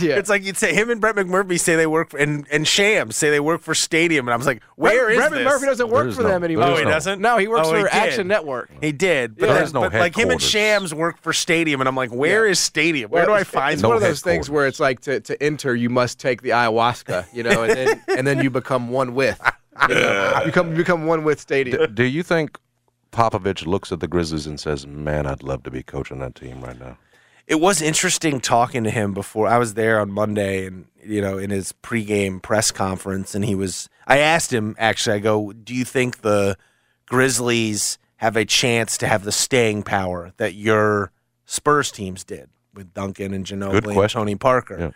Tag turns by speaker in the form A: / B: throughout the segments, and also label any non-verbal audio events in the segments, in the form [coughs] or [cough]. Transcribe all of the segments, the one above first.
A: Yeah.
B: It's like you'd say him and Brett McMurphy say they work for, and and Sham say they work for Stadium, and I was like, where is
A: Brett
B: this?
A: Murphy doesn't work
C: There's
A: for
C: no-
A: them anymore.
C: there's Oh, he no-
B: doesn't?
A: No, he works
B: Oh,
A: for
B: he did.
A: Action Network.
B: He did,
A: Yeah.
B: but, there's
A: There's
C: no
B: but like him and
C: headquarters.
B: Shams work for Stadium, and I'm like, where is Stadium? Where do I find
A: It's
B: this?
A: one of those things
C: headquarters.
A: where it's like to, to enter, you must take the ayahuasca, you know, and then, and then you become one with. You, know? you, come, you become one with
C: D-
A: Stadium.
C: [laughs] do you think Popovich looks at the Grizzlies and says, "Man, I'd love to be coaching that team right now"?
B: it was interesting talking to him before I was there on Monday and you know in his pregame press conference and he was I asked him actually I go do you think the Grizzlies have a chance to have the staying power that your Spurs teams did with Duncan and Ginobili and
C: question.
B: Tony Parker
C: Yeah.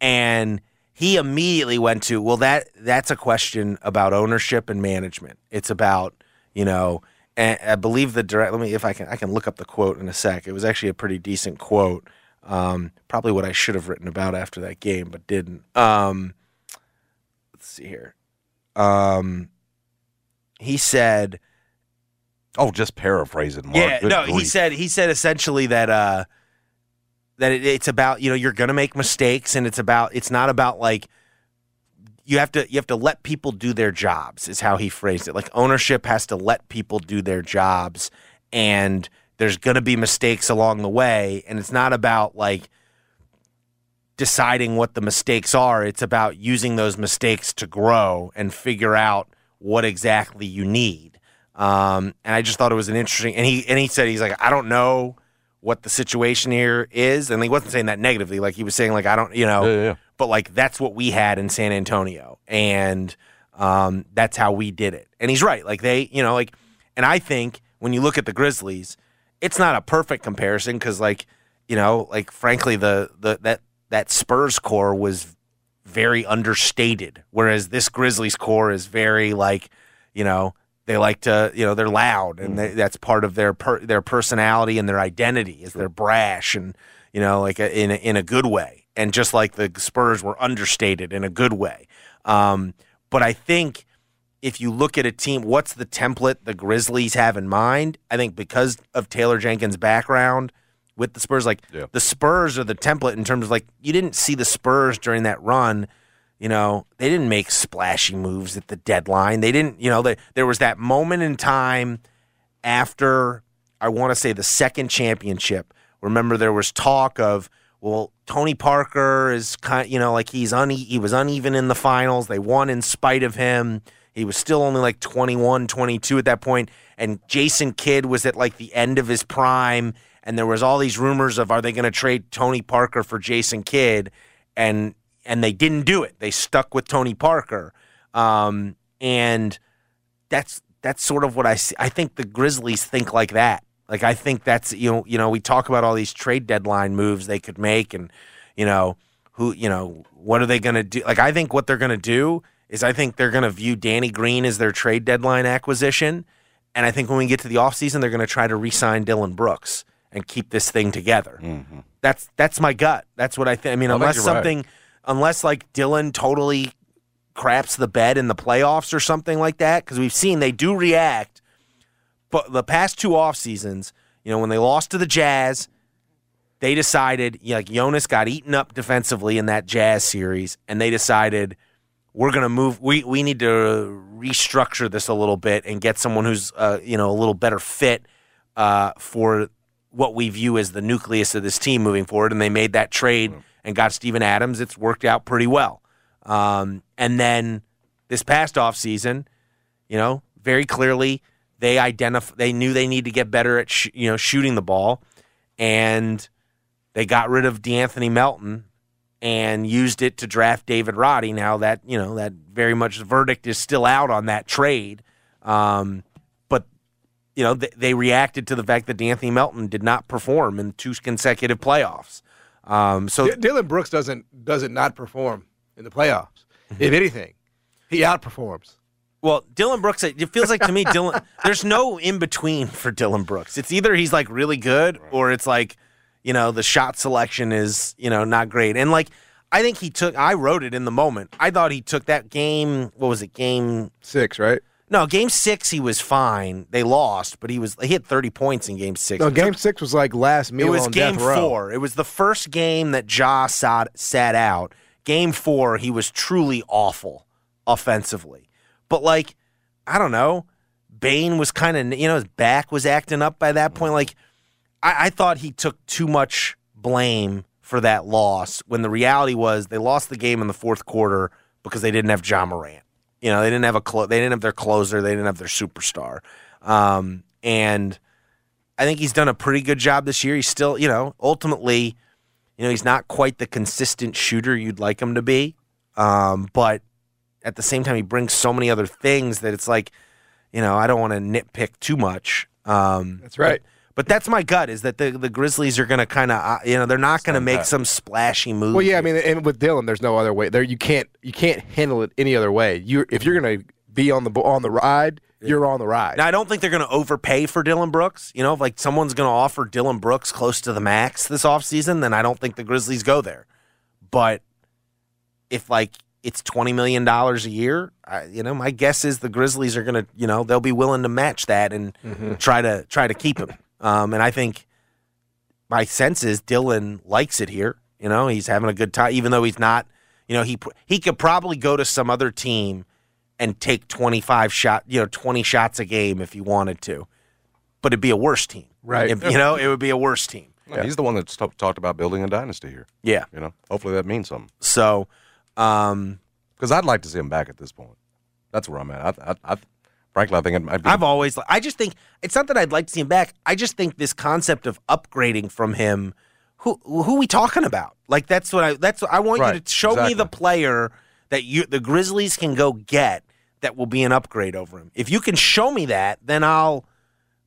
B: and he immediately went to well that that's a question about ownership and management it's about you know and i believe the direct let me if i can i can look up the quote in a sec it was actually a pretty decent quote um, probably what i should have written about after that game but didn't um, let's see here um, he said
C: Oh, just paraphrasing. Mark.
B: yeah,
C: Good
B: no, he
C: grief.
B: said he said essentially that uh that it, it's about, you know, you're going to make mistakes and it's about it's not about like you have to you have to let people do their jobs is how he phrased it. Like ownership has to let people do their jobs and there's going to be mistakes along the way and it's not about like deciding what the mistakes are. It's about using those mistakes to grow and figure out what exactly you need. Um, and I just thought it was an interesting. And he and he said he's like, I don't know what the situation here is, and he wasn't saying that negatively. Like he was saying like I don't, you know,
C: Yeah, yeah, yeah.
B: but like that's what we had in San Antonio, and um, that's how we did it. And he's right. Like they, you know, like, and I think when you look at the Grizzlies, it's not a perfect comparison because, like, you know, like frankly, the the that that Spurs core was very understated, whereas this Grizzlies core is very like, you know, they like to, you know, they're loud, and they, that's part of their per, their personality and their identity is they're brash and you know, like a, in a, in a good way, and just like the Spurs were understated in a good way. Um, but I think if you look at a team, what's the template the Grizzlies have in mind? I think because of Taylor Jenkins' background with the Spurs, like
C: Yeah.
B: the Spurs are the template in terms of like you didn't see the Spurs during that run. You know, they didn't make splashy moves at the deadline. They didn't, you know, they, there was that moment in time after I want to say the second championship. Remember, there was talk of well, Tony Parker is kind, you know, like he's une- he was uneven in the finals. They won in spite of him. He was still only like 21, 22 at that point, and Jason Kidd was at like the end of his prime, and there was all these rumors of are they going to trade Tony Parker for Jason Kidd, and and they didn't do it. They stuck with Tony Parker, um, and that's that's sort of what I see. I think the Grizzlies think like that. Like I think that's you know you know we talk about all these trade deadline moves they could make and you know who you know what are they going to do? Like I think what they're going to do is I think they're going to view Danny Green as their trade deadline acquisition and I think when we get to the offseason they're going to try to re-sign Dylan Brooks and keep this thing together. That's that's my gut. That's what I think. I mean
C: Mm-hmm. I think
B: unless
C: you're right.
B: something unless like Dylan totally craps the bed in the playoffs or something like that because we've seen they do react but the past two off seasons you know when they lost to the jazz they decided you know, like jonas got eaten up defensively in that jazz series and they decided we're going to move we, we need to restructure this a little bit and get someone who's uh, you know a little better fit uh, for what we view as the nucleus of this team moving forward and they made that trade and got steven adams it's worked out pretty well um, and then this past offseason, you know, very clearly they identif- they knew they need to get better at sh- you know shooting the ball, and they got rid of D'Anthony Melton and used it to draft David Roddy. Now that you know that very much the verdict is still out on that trade, um, but you know th- they reacted to the fact that D'Anthony Melton did not perform in two consecutive playoffs. Um, so
A: D- Dylan Brooks doesn't doesn't not perform in the playoffs.
B: Mm-hmm.
A: if anything, he outperforms.
B: Well, Dylan Brooks, it feels like to me, Dylan, there's no in between for Dylan Brooks. It's either he's like really good or it's like, you know, the shot selection is, you know, not great. And like, I think he took, I wrote it in the moment. I thought he took that game, what was it, game,
A: Six, right?
B: no, game six, he was fine. They lost, but he was, he had 30 points in game six.
A: No, game six was like last meal
B: It was
A: on
B: game
A: death row.
B: four. It was the first game that Ja sat, sat out. Game four, he was truly awful offensively. But like, I don't know. Bain was kind of you know his back was acting up by that
A: Mm-hmm.
B: point. Like, I, I thought he took too much blame for that loss. When the reality was they lost the game in the fourth quarter because they didn't have John Morant. You know they didn't have a clo- they didn't have their closer. They didn't have their superstar. Um, and I think he's done a pretty good job this year. He's still, you know, ultimately, you know, he's not quite the consistent shooter you'd like him to be. Um, but at the same time, he brings so many other things that it's like, you know, I don't want to nitpick too much. Um,
A: That's right.
B: but that's my gut is that the, the Grizzlies are going to kind of, uh, you know, they're not going to make some splashy move.
A: Well, yeah, I mean, and with Dylan, there's no other way. There, you can't you can't handle it any other way. You if you're gonna be on the bo- on the ride, you're on the ride.
B: Now, I don't think they're going to overpay for Dylan Brooks. You know, if like someone's going to offer Dylan Brooks close to the max this offseason, then I don't think the Grizzlies go there. But if like it's $20 million a year, I, you know, my guess is the Grizzlies are going to, you know, they'll be willing to match that and try to try to keep him. Um, and I think my sense is Dylan likes it here. You know, he's having a good time, even though he's not. You know, he pr- he could probably go to some other team and take twenty five shot, you know, twenty shots a game if he wanted to, but it'd be a worse team,
A: Right.
B: If- you know, it would be a worse team.
C: He's the one that's t- talked about building a dynasty here.
B: Yeah.
C: You know, hopefully that means something.
B: So, um,
C: Because I'd like to see him back at this point. That's where I'm at. I, I, I, frankly, I think it might be.
B: I've always, I just think it's not that I'd like to see him back. I just think this concept of upgrading from him. Who who we talking about? Like that's what I that's what I want you
C: Right,
B: to show me
C: exactly.
B: the player that you the Grizzlies can go get that will be an upgrade over him. If you can show me that, then I'll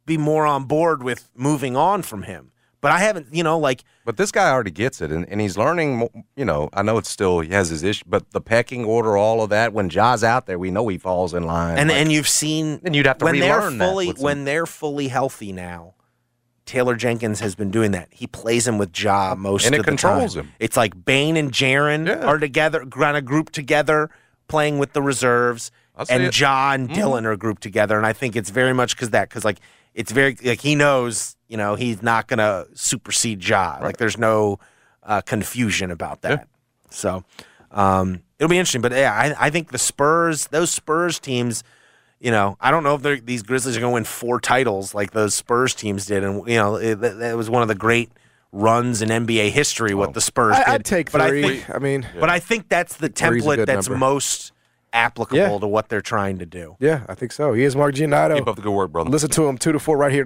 B: be more on board with moving on from him. But I haven't, you know, like
C: But this guy already gets it, and, and he's learning. mo- You know, I know it's still he has his issue, but the pecking order, all of that. When Ja's out there, we know he falls in line.
B: and
C: like,
B: and you've seen
C: Then you'd have to
B: when they're
C: relearn that
B: fully
C: with some-
B: when they're fully healthy now. Taylor Jenkins has been doing that. He plays him with Ja most
C: And it
B: of the
C: controls
B: time.
C: him.
B: It's like Bane and Jaron are together, kind of grouped together, playing with the reserves,
C: I see
B: and
C: it.
B: Ja and
A: Mm-hmm.
B: Dylan are grouped together. And I think it's very much because that because like it's very like he knows you know he's not gonna supersede Ja. Like there's no uh, confusion about that. So um, it'll be interesting. But yeah, I, I think the Spurs, those Spurs teams, you know, I don't know if they're, these Grizzlies are going to win four titles like those Spurs teams did. And, you know, it, that, that was one of the great runs in NBA history, what the Spurs did.
A: Oh. I, I'd take three.
B: But
A: I,
B: I think,
A: mean,
B: but I think that's the
A: Three's a
B: template
A: good
B: that's
A: number.
B: most applicable
A: Yeah.
B: to what they're trying to do.
A: yeah, I think so. He is Mark Giannato.
C: keep up the good work, brother.
A: Listen to him two to four right here,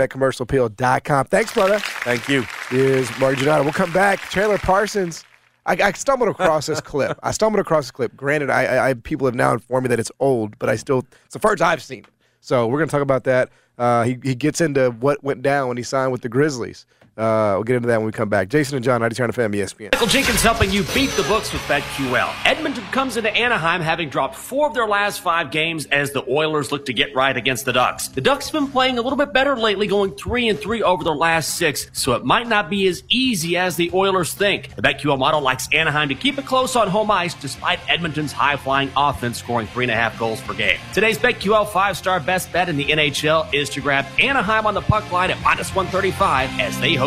A: 929 com. Thanks, brother.
B: Thank you.
A: Is Mark Giannato. We'll come back. Chandler Parsons. I, I stumbled across this clip. I stumbled across this clip. Granted, I, I, I people have now informed me that it's old, but I still it's the first I've seen it. So we're gonna talk about that. Uh, he he gets into what went down when he signed with the Grizzlies. Uh, we'll get into that when we come back. Jason and John, 92.9 FM, ESPN.
D: Michael Jenkins helping you beat the books with BetQL. Edmonton comes into Anaheim having dropped four of their last five games as the Oilers look to get right against the Ducks. The Ducks have been playing a little bit better lately, going three and three over their last six, so it might not be as easy as the Oilers think. The BetQL model likes Anaheim to keep it close on home ice despite Edmonton's high flying offense scoring three and a half goals per game. Today's BetQL five star best bet in the NHL is to grab Anaheim on the puck line at minus 135 as they host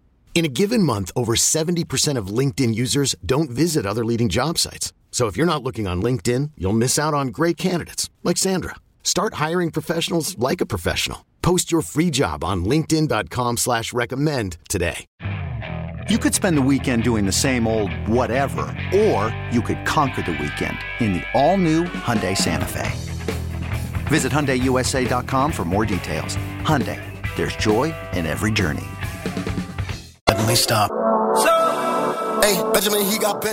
E: In a given month, over 70% of LinkedIn users don't visit other leading job sites. So if you're not looking on LinkedIn, you'll miss out on great candidates like Sandra. Start hiring professionals like a professional. Post your free job on linkedin.com/recommend slash recommend today.
F: You could spend the weekend doing the same old whatever, or you could conquer the weekend in the all-new Hyundai Santa Fe. Visit HyundaiUSA.com for more details. Hyundai, there's joy in every journey.
G: Suddenly stop.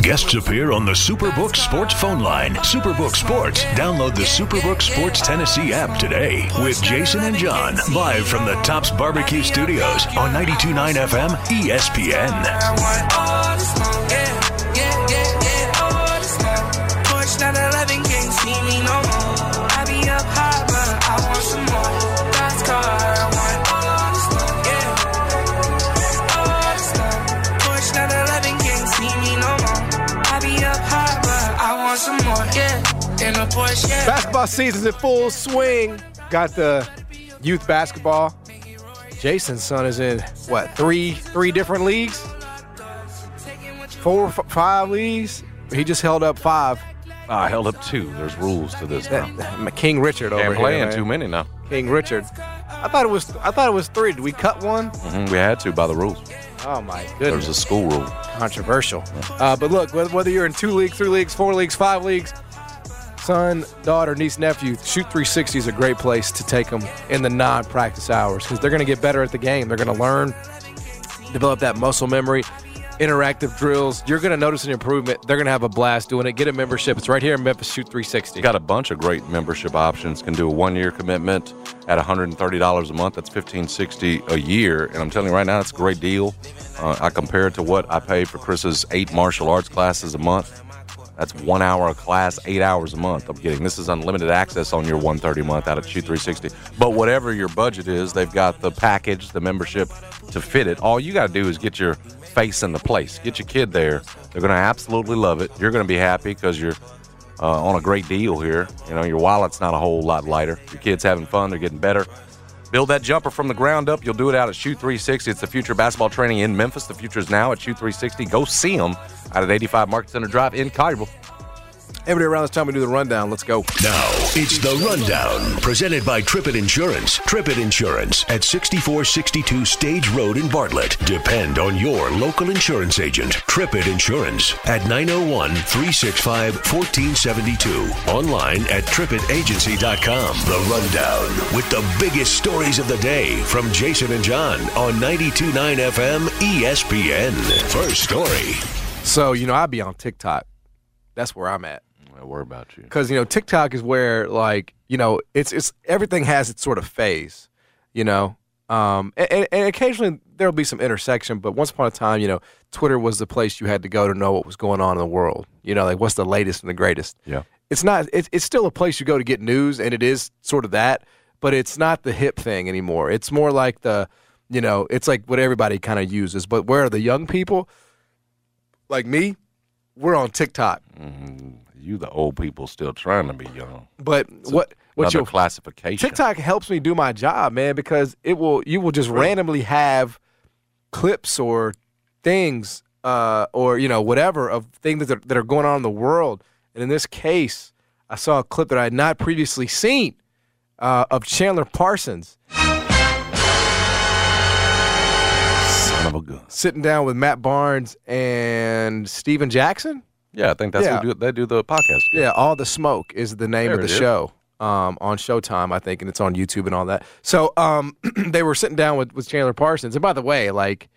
H: Guests appear on the Superbook Sports phone line. Superbook Sports. Download the Superbook Sports Tennessee app today with Jason and John live from the Tops Barbecue Studios on 92.9 FM ESPN.
A: Basketball season's in full swing. Got the youth basketball. Jason's son is in what three three different leagues, four f- five leagues. He just held up five. [laughs]
C: Ah, I held up two. There's rules to this now.
B: [laughs]
A: That, that- King Richard over
C: Can't play
A: here.
C: in
A: man.
C: too many now.
A: King Richard. I thought it was I thought it was three. Did we cut one?
C: hmm we had to by the rules.
A: Oh my
C: There's
A: goodness,
C: a school rule.
A: controversial. Uh, but look, whether whether you're in two leagues, three leagues, four leagues, five leagues, son, daughter, niece, nephew, shoot 360 is a great place to take them in the non-practice hours because they're going to get better at the game. They're going to learn, develop that muscle memory. Interactive drills. You're going to notice an improvement. They're going to have a blast doing it. Get a membership. It's right here in Memphis. Shoot 360.
C: You got a bunch of great membership options. Can do a one-year commitment at $130 a month. That's $15.60 a year. And I'm telling you right now, it's a great deal. Uh, I compare it to what I pay for Chris's eight martial arts classes a month. That's one hour a class, eight hours a month. I'm getting this is unlimited access on your 130 a month out of Shoot 360. But whatever your budget is, they've got the package, the membership to fit it. All you got to do is get your face in the place, get your kid there. They're going to absolutely love it. You're going to be happy because you're uh, on a great deal here. You know, your wallet's not a whole lot lighter. Your kid's having fun, they're getting better. Build that jumper from the ground up. You'll do it out at Shoot 360. It's the future of basketball training in Memphis. The future is now at Shoot 360. Go see them out at 85 Market Center Drive in Collierville.
A: Every day around this time, we do the rundown. Let's go.
H: Now, it's The Rundown, presented by Trippett Insurance. Trippett Insurance at 6462 Stage Road in Bartlett. Depend on your local insurance agent, Trippett Insurance, at 901 365 1472. Online at trippettagency.com. The Rundown, with the biggest stories of the day from Jason and John on 92.9 FM ESPN. First story.
A: So, you know, I'd be on TikTok. That's where I'm at.
C: I worry about you.
A: because you know TikTok is where like you know it's it's everything has its sort of phase, you know. Um, and, and, and occasionally there'll be some intersection, but once upon a time, you know, Twitter was the place you had to go to know what was going on in the world. You know, like what's the latest and the greatest.
C: Yeah.
A: It's not. It's it's still a place you go to get news, and it is sort of that, but it's not the hip thing anymore. It's more like the, you know, it's like what everybody kind of uses. But where are the young people, like me, we're on TikTok.
C: You, the old people, still trying to be young.
A: But what what's
C: Another
A: your
C: classification?
A: TikTok helps me do my job, man, because it will you will just randomly have clips or things uh, or you know whatever of things that are, that are going on in the world. And in this case, I saw a clip that I had not previously seen uh, of Chandler Parsons
C: Son of a gun.
A: sitting down with Matt Barnes and Steven Jackson.
C: Yeah, I think that's
A: Yeah.
C: who do, they do the podcast.
A: Yeah, All the Smoke is the name
C: There
A: of the
C: it is.
A: show um, on Showtime, I think, and it's on YouTube and all that. So um, [clears throat] they were sitting down with, with Chandler Parsons. And by the way, like,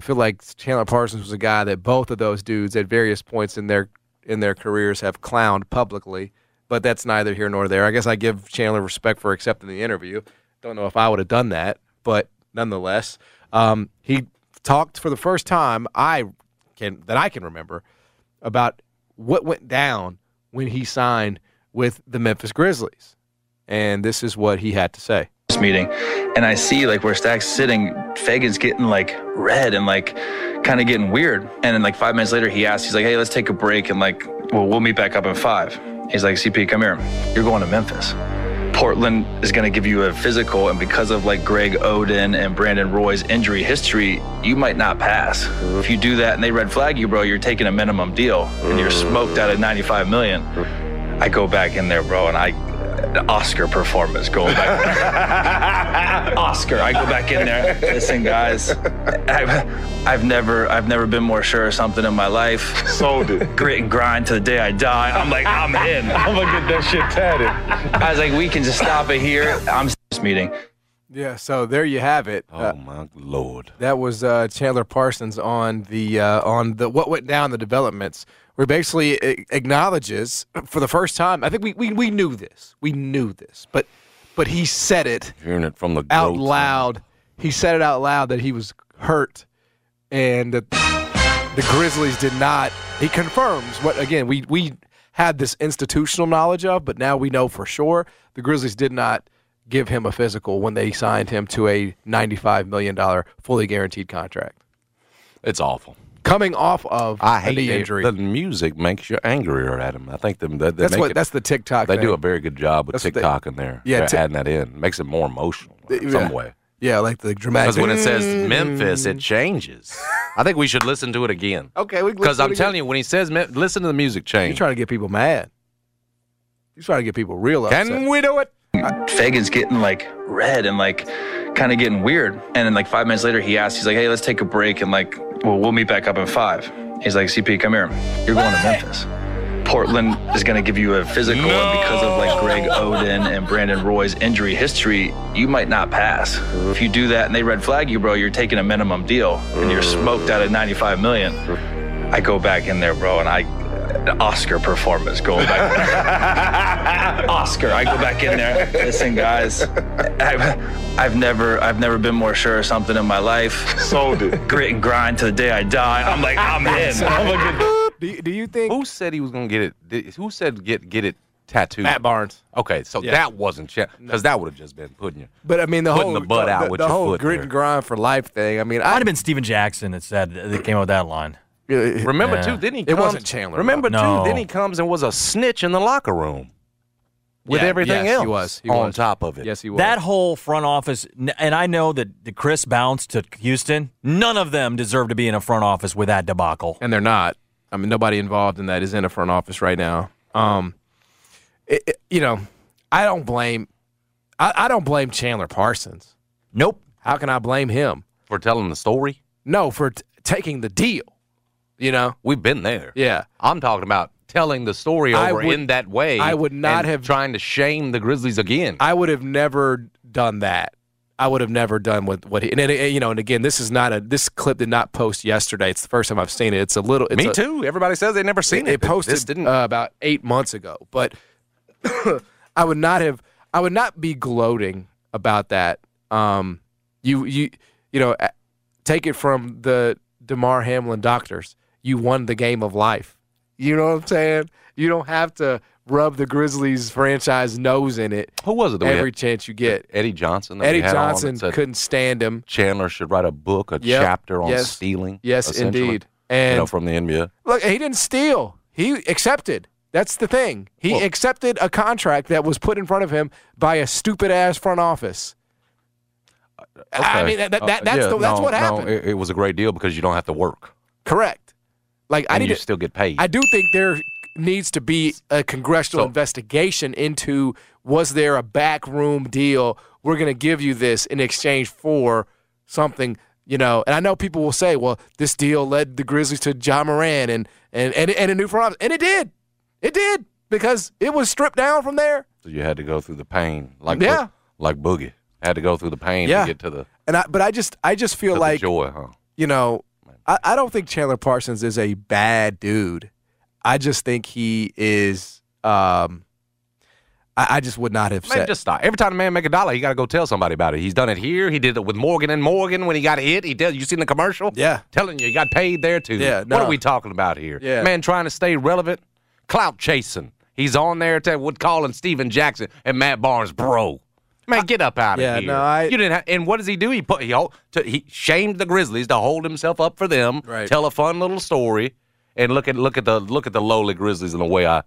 A: I feel like Chandler Parsons was a guy that both of those dudes at various points in their in their careers have clowned publicly, but that's neither here nor there. I guess I give Chandler respect for accepting the interview. Don't know if I would have done that, but nonetheless, um, he talked for the first time I can that I can remember about what went down when he signed with the Memphis Grizzlies.
I: and this is what he had to say.
J: this meeting and I see like where Stack's sitting, Fagan's getting like red and like kind of getting weird. And then like five minutes later, he asks, he's like, hey, let's take a break and like, well, we'll meet back up in five. He's like, CP, come here. You're going to Memphis. Portland is going to give you a physical, and because of like Greg Oden and Brandon Roy's injury history, you might not pass. If you do that and they red flag you, bro, you're taking a minimum deal and you're smoked out at 95 million. I go back in there, bro, and I an Oscar performance going back. Oscar. I go back in there. Listen, guys, I've, I've never I've never been more sure of something in my life. Sold it. Grit and grind to the day I die. I'm like, I'm in. I'm gonna get that shit tatted. I was like, we can just stop it here. I'm s- this meeting.
I: Yeah, so there you have it.
A: Uh,
I: Oh
C: my lord!
I: That was uh, Chandler Parsons
A: on the uh, on the what went down the developments where he basically a- acknowledges for the first time i think we, we we knew this we knew this but but he said it
C: Hearing it from the
A: out
C: goat's
A: loud he said it out loud that he was hurt and that the grizzlies did not he confirms what again we we had this institutional knowledge of but now we know for sure the grizzlies did not give him a physical when they signed him to a 95 million dollar fully guaranteed contract
C: It's awful.
A: coming off of
C: I
A: a
C: hate
A: knee
C: it.
A: injury.
C: The music makes you angrier at him. I think them. That,
A: That's what- that's the TikTok
C: They do
A: thing.
C: a very good job with
A: That's what they-
C: TikTok in there.
A: Yeah,
C: Yeah,
A: Tik-
C: adding that in makes it more emotional in
A: Yeah.
C: some way.
A: Yeah, like the dramatic.
C: Because when it says
A: Mm.
C: Memphis, it changes. I think we should listen to it again.
A: Okay, we
C: Because I'm telling you, when he says, Mem- listen to the music
A: you're
C: change.
A: trying to get people mad. You're trying to get people real upset.
C: Can we do it?
J: Fagan's getting like red and like kind of getting weird. And then like five minutes later, he asks, he's like, hey, let's take a break and like, well, we'll meet back up in five. He's like, CP, come here. You're going to Memphis. Portland is going to give you a physical, and because of like Greg Oden and Brandon Roy's injury history, you might not pass. If you do that and they red flag you, bro, you're taking a minimum deal, and you're smoked out at 95 million. I go back in there, bro, and I an Oscar performance going back. Oscar, I go back in there. Listen, guys, I've, I've never I've never been more sure of something in my life. Sold it. Grit and grind to the day I die. I'm like, I'm in. I'm gonna get
A: Do you, do you think
C: Who said he was going to get it? Did- Who said get get it tattooed?
A: Matt Barnes?
C: Okay, so that wasn't because that would have just been putting you.
A: But I mean, the
C: Putting
A: whole
C: the butt out
A: the,
C: with
A: the
C: your
A: whole
C: foot
A: grit
C: there.
A: and grind for life thing. I mean,
K: Might
A: I
K: have been Steven Jackson that said that came up with that line.
C: Remember
K: Yeah.
C: too? Then he
A: It
C: comes,
A: wasn't Chandler,
C: Remember
K: No.
C: too? Then he comes and was a snitch in the locker room with
K: Yeah,
C: everything
A: yes,
C: else.
A: he was. He
C: on
A: was.
C: top of it.
A: yes, he was.
K: That whole front office, n- and I know that the Chris bounce to Houston. None of them deserve to be in a front office with that debacle.
I: and they're not. I mean, nobody involved in that is in a front office right now. Um,
A: It- it- you know, I don't blame. I, I don't blame Chandler Parsons.
K: Nope.
A: How can I blame him?
C: for telling the story.
A: No, for t- taking the deal. You know,
C: We've been there.
A: yeah.
C: I'm talking about telling the story
A: I
C: over
A: would-
C: in that way.
A: I would not
C: and
A: have-
C: trying to shame the Grizzlies again.
A: I would have never done that. I would have never done what what he and, it- you know. And again, this is not a this clip did not post yesterday. It's the first time I've seen it. It's a little. It's
C: Me
A: a-
C: too. Everybody says they never seen
A: They
C: it. but
A: posted
C: This didn't.
A: uh, about eight months ago, but [coughs] I would not have. I would not be gloating about that. Um, you you you know, a- take it from the Demar Hamlin doctors. You won the game of life. You know what I'm saying? You don't have to rub the Grizzlies franchise nose in it
C: who was it? That we
A: every
C: had?
A: chance you get.
C: Eddie Johnson. that we
A: Eddie
C: had on that
A: Johnson
C: said
A: couldn't stand him.
C: Chandler should write a book, a
A: Yep.
C: chapter on
A: Yes.
C: stealing.
A: Yes,
C: essentially,
A: indeed.
C: You
A: And
C: know, from the NBA.
A: look, he didn't steal. He accepted. That's the thing. He
C: Well-
A: accepted a contract that was put in front of him by a stupid ass front office. I
C: Okay.
A: mean, that, that,
C: Uh,
A: that's
C: yeah,
A: the, that's
C: no,
A: what
C: no,
A: happened.
C: it, it was a great deal because you don't have to work.
A: Correct. Like I
C: and
A: need
C: you
A: to,
C: still get paid.
A: I do think there needs to be a congressional
C: So-
A: investigation into was there a backroom deal? We're going to give you this in exchange for something, you know. And I know people will say, well, this deal led the Grizzlies to John Moran and and and, and a new front office, and it did, it did because it was stripped down from there.
C: So you had to go through the pain, like
A: Yeah.
C: Bo- like Boogie had to go through the pain
A: Yeah.
C: to get to the,
A: And I, but I just I just
C: to
A: feel
C: the
A: like
C: joy, huh?
A: you know, I, I don't think Chandler Parsons is a bad dude. I just think he is. Um, I, I just would not have
C: Man,
A: said.
C: just stop. Every time a man make a dollar, he got to go tell somebody about it. He's done it here. He did it with Morgan and Morgan when he got hit. He did. You seen the commercial?
A: Yeah.
C: telling you he got paid there too.
A: Yeah,
C: What
A: no.
C: are we talking about here?
A: Yeah.
C: man, trying to stay relevant, clout chasing. He's on there t- with calling Steven Jackson and Matt Barnes, bro. Man, get up out of
A: Yeah,
C: here.
A: no, I-
C: you didn't. Ha- and what does he do? He put he, hol- to, he shamed the Grizzlies to hold himself up for them.
A: Right.
C: Tell a fun little story, and look at look at the look at the lowly Grizzlies and the way I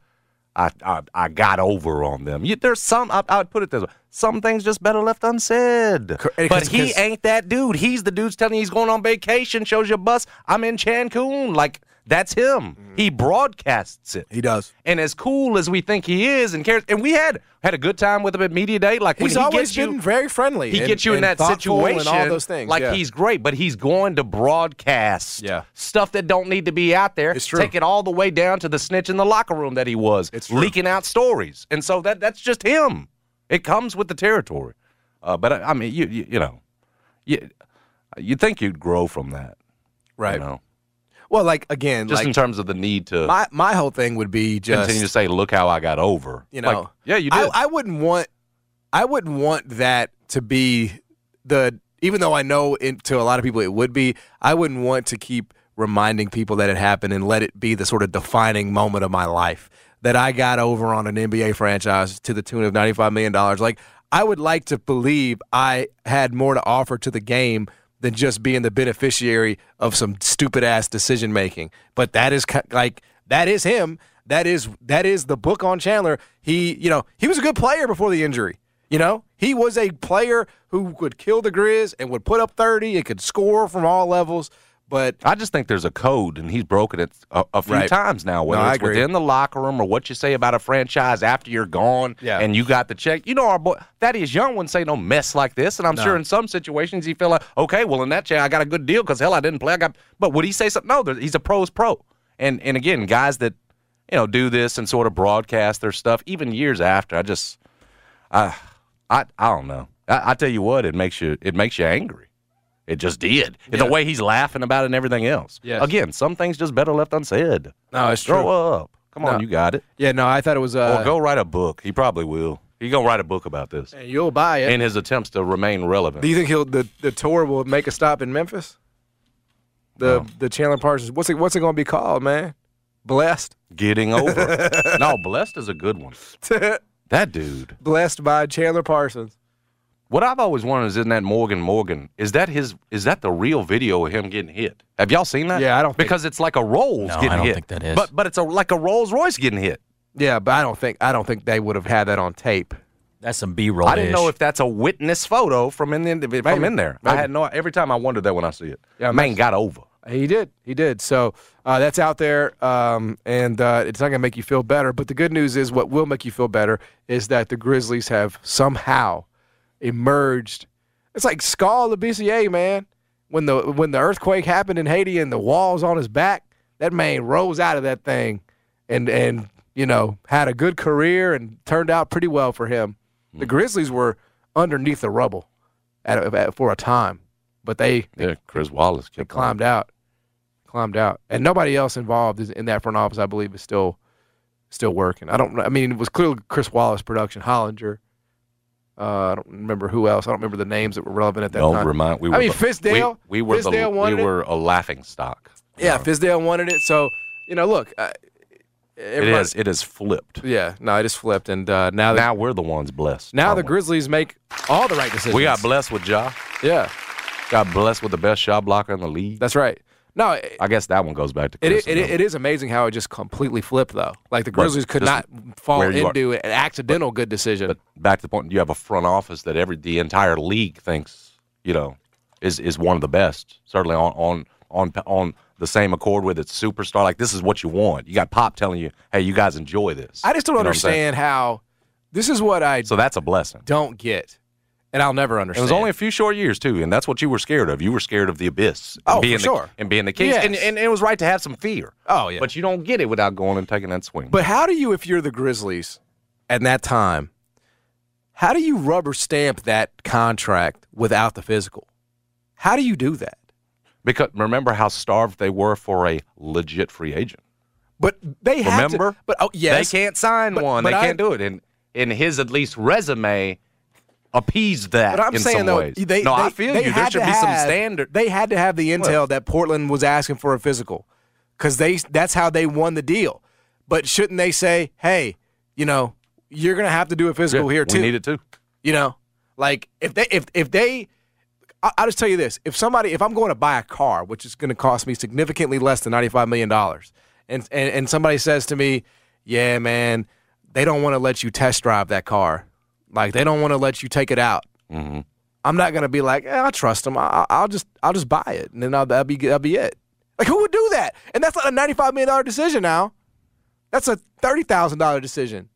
C: I I, I got over on them. You, there's some I, I would put it this way: some things just better left unsaid. But he ain't that dude. He's the dude's telling you he's going on vacation. Shows your bus. I'm in Cancun. Like that's him. He broadcasts it. He
A: does.
C: And as cool as we think he is, and cares, and we had had a good time with him at media day. Like when
A: He's
C: he
A: always
C: gets you-
A: been very friendly
C: He
A: and-
C: gets you in
A: and
C: that
A: thoughtful and
C: situation
A: all those things,
C: Like
A: yeah.
C: he's great, but he's going to broadcast
I: Yeah.
C: stuff that don't need to be out there. It's true. Take it all the way down to the snitch in the locker room that he was. It's leaking out stories, and so that that's just him. It comes with the territory. Uh, but I, I mean, you, you you know, you you think you'd grow from that,
A: right?
C: You know,
A: Well, like again,
C: just
A: like
C: in terms of the need to
A: my my whole thing would be just
C: continue to say, "Look how I got over."
A: You know,
C: Like, yeah, you did.
A: I, I wouldn't want, I wouldn't want that to be the. Even though I know in, to a lot of people it would be, I wouldn't want to keep reminding people that it happened and let it be the sort of defining moment of my life that I got over on an NBA franchise to the tune of ninety five million dollars. Like I would like to believe I had more to offer to the game than just being the beneficiary of some stupid ass decision making. But that is ki- like that is him. That is that is the book on Chandler. He, you know, he was a good player before the injury. You know, he was a player who could kill the Grizz and would put up thirty and could score from all levels. But
C: I just think there's a code, and he's broken it a, a few
A: Right.
C: times now. Whether
A: No, I
C: it's
A: agree.
C: within the locker room or what you say about a franchise after you're gone,
A: Yeah.
C: and you got the check. You know, our boy Thaddeus Young wouldn't say no mess like this, and I'm
A: No.
C: sure in some situations he feel like, okay, well in that check I got a good deal because hell I didn't play. I got, but would he say something? No, there- he's a pro's pro, and and again, guys that you know do this and sort of broadcast their stuff even years after. I just, I, I, I don't know. I, I tell you what, it makes you it makes you angry. It just did. And The way he's laughing about it and everything else.
A: Yes.
C: Again, some things just better left unsaid.
A: No, it's
C: Grow
A: true.
C: up. Come on,
A: No.
C: you got it.
A: yeah, no, I thought it was. Uh,
C: or go write a book. He probably will. He gonna write a book about this
A: and you'll buy it.
C: in his attempts to remain relevant.
A: Do you think he'll the, the tour will make a stop in Memphis? The the Chandler Parsons. What's it What's it going to be called, man? Blessed. [laughs]
C: Getting over. no, blessed is a good one. That dude.
A: Blessed by Chandler Parsons.
C: What I've always wondered is, isn't that Morgan Morgan? Is that his? Is that the real video of him getting hit? Have y'all seen that?
A: Yeah, I don't think-
C: because it's like a Rolls
K: No, I
C: getting
K: don't
C: hit.
K: think that is.
C: But but it's a like a Rolls Royce getting hit.
A: Yeah, but I don't think I don't think they would have had that on tape.
K: That's some B roll.
C: I didn't know if that's a witness photo from in the, from
A: Maybe.
C: in there.
A: Maybe.
C: I had no. Every time I wondered that when I see it.
A: Yeah,
C: man got over.
A: He did. He did. So uh, that's out there, um, and uh, it's not going to make you feel better. But the good news is, what will make you feel better is that the Grizzlies have somehow emerged. It's like Skull the BCA man. When the when the earthquake happened in Haiti and the walls on his back, that man rose out of that thing, and and you know had a good career and turned out pretty well for him. The Grizzlies were underneath the rubble at, a- at, for a time, but they
C: Yeah, Chris Wallace kept
A: climbed out, climbed out, and nobody else involved is in that front office. I believe is still still working. I don't. know- I mean, it was clearly Chris Wallace production, Hollinger. Uh, I don't remember who else. I don't remember the names that were relevant at that
C: Don't
A: time.
C: remind. We were
A: I mean,
C: the-
A: Fisdale.
C: We, we were the-
A: Fisdale wanted
C: we
A: it.
C: were a laughing stock.
A: Yeah, Fisdale wanted it. So you know, look, uh,
C: It
A: everybody-
C: is. It is flipped.
A: Yeah, no, it is flipped, and uh, now the,
C: Now we're the ones blessed.
A: now the
C: aren't we?
A: Grizzlies make all the right decisions.
C: We got blessed with Ja.
A: yeah,
C: Got blessed with the best shot blocker in the league.
A: that's right. No, it,
C: I guess that one goes back to
A: It
C: Chris.
A: is, it,
C: and
A: is- it is amazing how it just completely flipped, though. Like the
C: Right.
A: Grizzlies could not
C: Just
A: fall
C: where you are.
A: into an accidental good decision.
C: them. back to the point. You have a front office that every the entire league thinks you know is is one of the best. Certainly on on on on the same accord with its superstar. Like this is what you want. You got Pop telling you, hey, you guys enjoy this.
A: I just don't
C: You know what I'm saying?
A: understand how. This is what I
C: So that's a blessing.
A: don't get, and I'll never
C: It
A: understand.
C: was only a few short years too, and that's what you were scared of. You were scared of the abyss.
A: Oh,
C: and
A: for
C: being the,
A: sure.
C: And being the king,
A: Yes.
C: and, and it was right to have some fear.
A: Oh, yeah.
C: But you don't get it without going and taking that swing.
A: But how do you, if you're the Grizzlies at that time, how do you rubber stamp that contract without the physical? How do you do that?
C: because remember how starved they were for a legit free agent.
A: But they have
C: Remember?
A: To, but oh, yes,
C: They can't sign
A: But-
C: one.
A: but
C: they
A: I-
C: can't do it. And and his at least resume appeased that
A: But I'm
C: in
A: saying
C: some
A: though,
C: ways.
A: they,
C: no,
A: they,
C: I feel
A: they
C: you. There
A: had
C: should
A: to
C: be some
A: have-
C: standard.
A: They had to have the intel
C: Well-
A: that Portland was asking for a physical because they that's how they won the deal. But shouldn't they say, "Hey, you know, you're gonna have to do a physical
C: Yeah,
A: here
C: we
A: too.
C: need it too.
A: You know, like if they if if they, I, I'll just tell you this: if somebody, if I'm going to buy a car, which is going to cost me significantly less than ninety five million dollars, and, and and somebody says to me, "Yeah, man, they don't want to let you test drive that car, like they don't want to let you take it out."
C: Mm-hmm.
A: I'm not gonna be like, eh, I trust them. I, I- I'll just I'll just buy it, and then I'll, that'll be that'll be it. Like who would do that? And that's not a ninety five million dollar decision now. That's a thirty thousand dollar decision.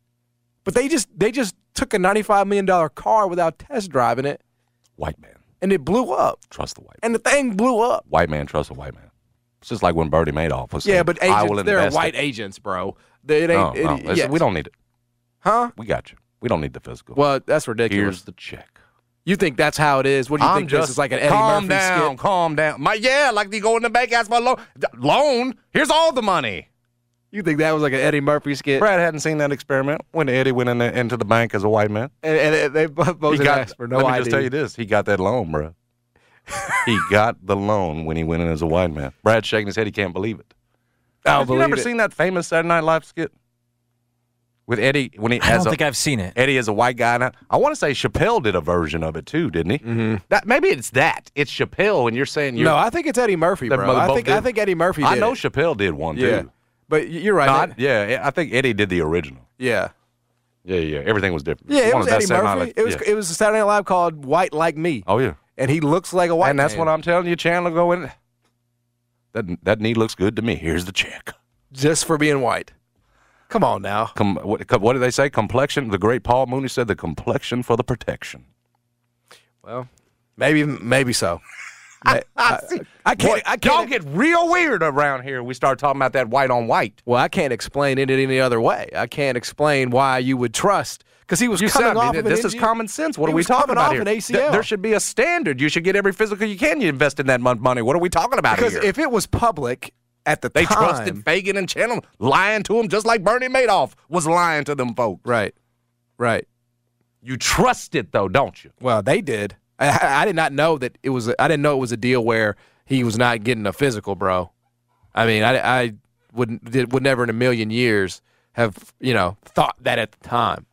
A: But they just they just took a ninety five million dollar car without test driving it.
C: White man.
A: And it blew up.
C: Trust the white.
A: And the thing blew up.
C: White man trusts a white man. It's just like when Bernie Madoff was.
A: Yeah,
C: saying,
A: but
C: I will
A: agents, they're
C: invest
A: white
C: it.
A: agents, bro. They, it
C: No,
A: ain't,
C: no,
A: it-
C: it's-
A: yeah.
C: we don't need it.
A: Huh?
C: We got you. We don't need the physical.
A: Well, that's ridiculous.
C: Here's the check.
A: You think that's how it is? What do you
C: I'm
A: think
C: just
A: this is like an Eddie
C: calm
A: Murphy
C: down,
A: skit?
C: calm down. My yeah, like you go in the bank, ask for a loan. D- Loan? Here's all the money.
A: You think that was like an Eddie Murphy skit?
C: Brad hadn't seen that experiment when Eddie went in the, into the bank as a white man.
A: And, and they both
C: He
A: both
C: got-
A: asked for no
C: let me
A: ID.
C: just tell you this: he got that loan, bro.
A: [laughs]
C: he got the loan when he went in as a white man. Brad's shaking his head; he can't believe it.
A: I don't
C: Have you ever
A: believe it.
C: seen that famous Saturday Night Live skit with Eddie when he?
K: I
C: as
K: don't
C: a-
K: think I've seen it.
C: Eddie is a white guy. And I, I want to say Chappelle did a version of it too, didn't he? Mm-hmm. That maybe it's that. It's Chappelle, and you're saying you're,
A: no, I think it's Eddie Murphy,
C: That
A: bro.
C: mother
A: I
C: both
A: think
C: did.
A: I think Eddie Murphy.
C: I
A: did
C: know
A: it.
C: Chappelle did one
A: Yeah,
C: too.
A: but y- you're right.
C: No,
A: that-
C: I- yeah, I think Eddie did the original.
A: yeah,
C: Yeah, yeah, everything was different.
A: yeah. It
C: One
A: was
C: of that
A: Eddie
C: Saturday
A: Murphy.
C: Night
A: it
C: Live-
A: was
C: yeah.
A: it was a Saturday Night Live called White Like Me,
C: Oh yeah,
A: and he looks like a white.
C: and that's
A: man.
C: what I'm telling you. Chandler go in. That that knee looks good to me. Here's the check.
A: just for being white. Come on now.
C: Com, what, com- what did they say? Complexion. The great Paul Mooney said the complexion for the protection.
A: Well, maybe maybe
C: [laughs]
A: so. [laughs] I, I, I can't.
C: Boy,
A: I
C: y'all
A: can't.
C: get real weird around here. We start talking about that white on white.
A: well, I can't explain it any other way. I can't explain why you would trust because he was
C: You
A: coming
C: said
A: off.
C: me,
A: of an
C: this is
A: injury-
C: common sense. What
A: He
C: are we
A: was
C: talking
A: coming
C: about
A: off
C: here?
A: an
C: Th-
A: ACL.
C: there should be a standard. You should get every physical you can. You invest in that mon- money. What are we talking about
A: because
C: here?
A: if it was public at the
C: They
A: time,
C: trusted Fagan and Chandler, lying to them just like Bernie Madoff was lying to them folks.
A: right, right.
C: You trust it though, don't you?
A: Well, they did. I, I did not know that it was. A, I didn't know it was a deal where he was not getting a physical, bro. I mean, I, I wouldn't did, would never in a million years have you know thought that at the time.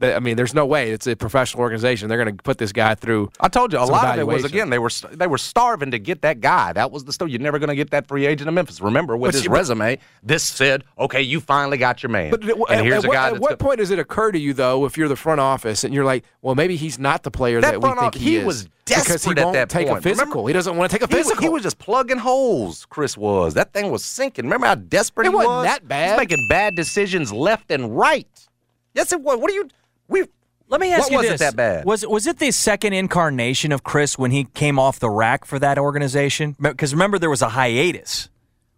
A: That- I mean, there's no way it's a professional organization. They're going to put this guy through.
C: I told you a
A: some
C: lot of it was
A: evaluation.
C: again they were st- they were starving to get that guy. That was the story. You're never going to get that free agent in Memphis. Remember with
A: But
C: his
A: you- but-
C: resume, this said, okay, you finally got your man.
A: But at,
C: and
A: at-
C: here's
A: at
C: a
A: what,
C: guy
A: at
C: that's
A: what
C: go-
A: point does it occur to you though, if you're the front office and you're like, well, maybe he's not the player that,
C: That
A: we
C: front
A: think
C: off-
A: he,
C: he
A: is
C: was
A: because he
C: desperate at
A: won't
C: that
A: take a
C: point. Remember-
A: physical. he doesn't want to take a
C: He was,
A: physical.
C: he was just plugging holes. Chris was that thing was sinking. Remember how desperate
A: It
C: he
A: wasn't
C: was?
A: that bad.
C: He's making bad decisions left and right. Yes, it was. What are you? We
K: Let me ask
C: What
K: you
C: was it
K: this:
C: that bad?
K: Was was it the second incarnation of Chris when he came off the rack for that organization? Because remember, there was a hiatus.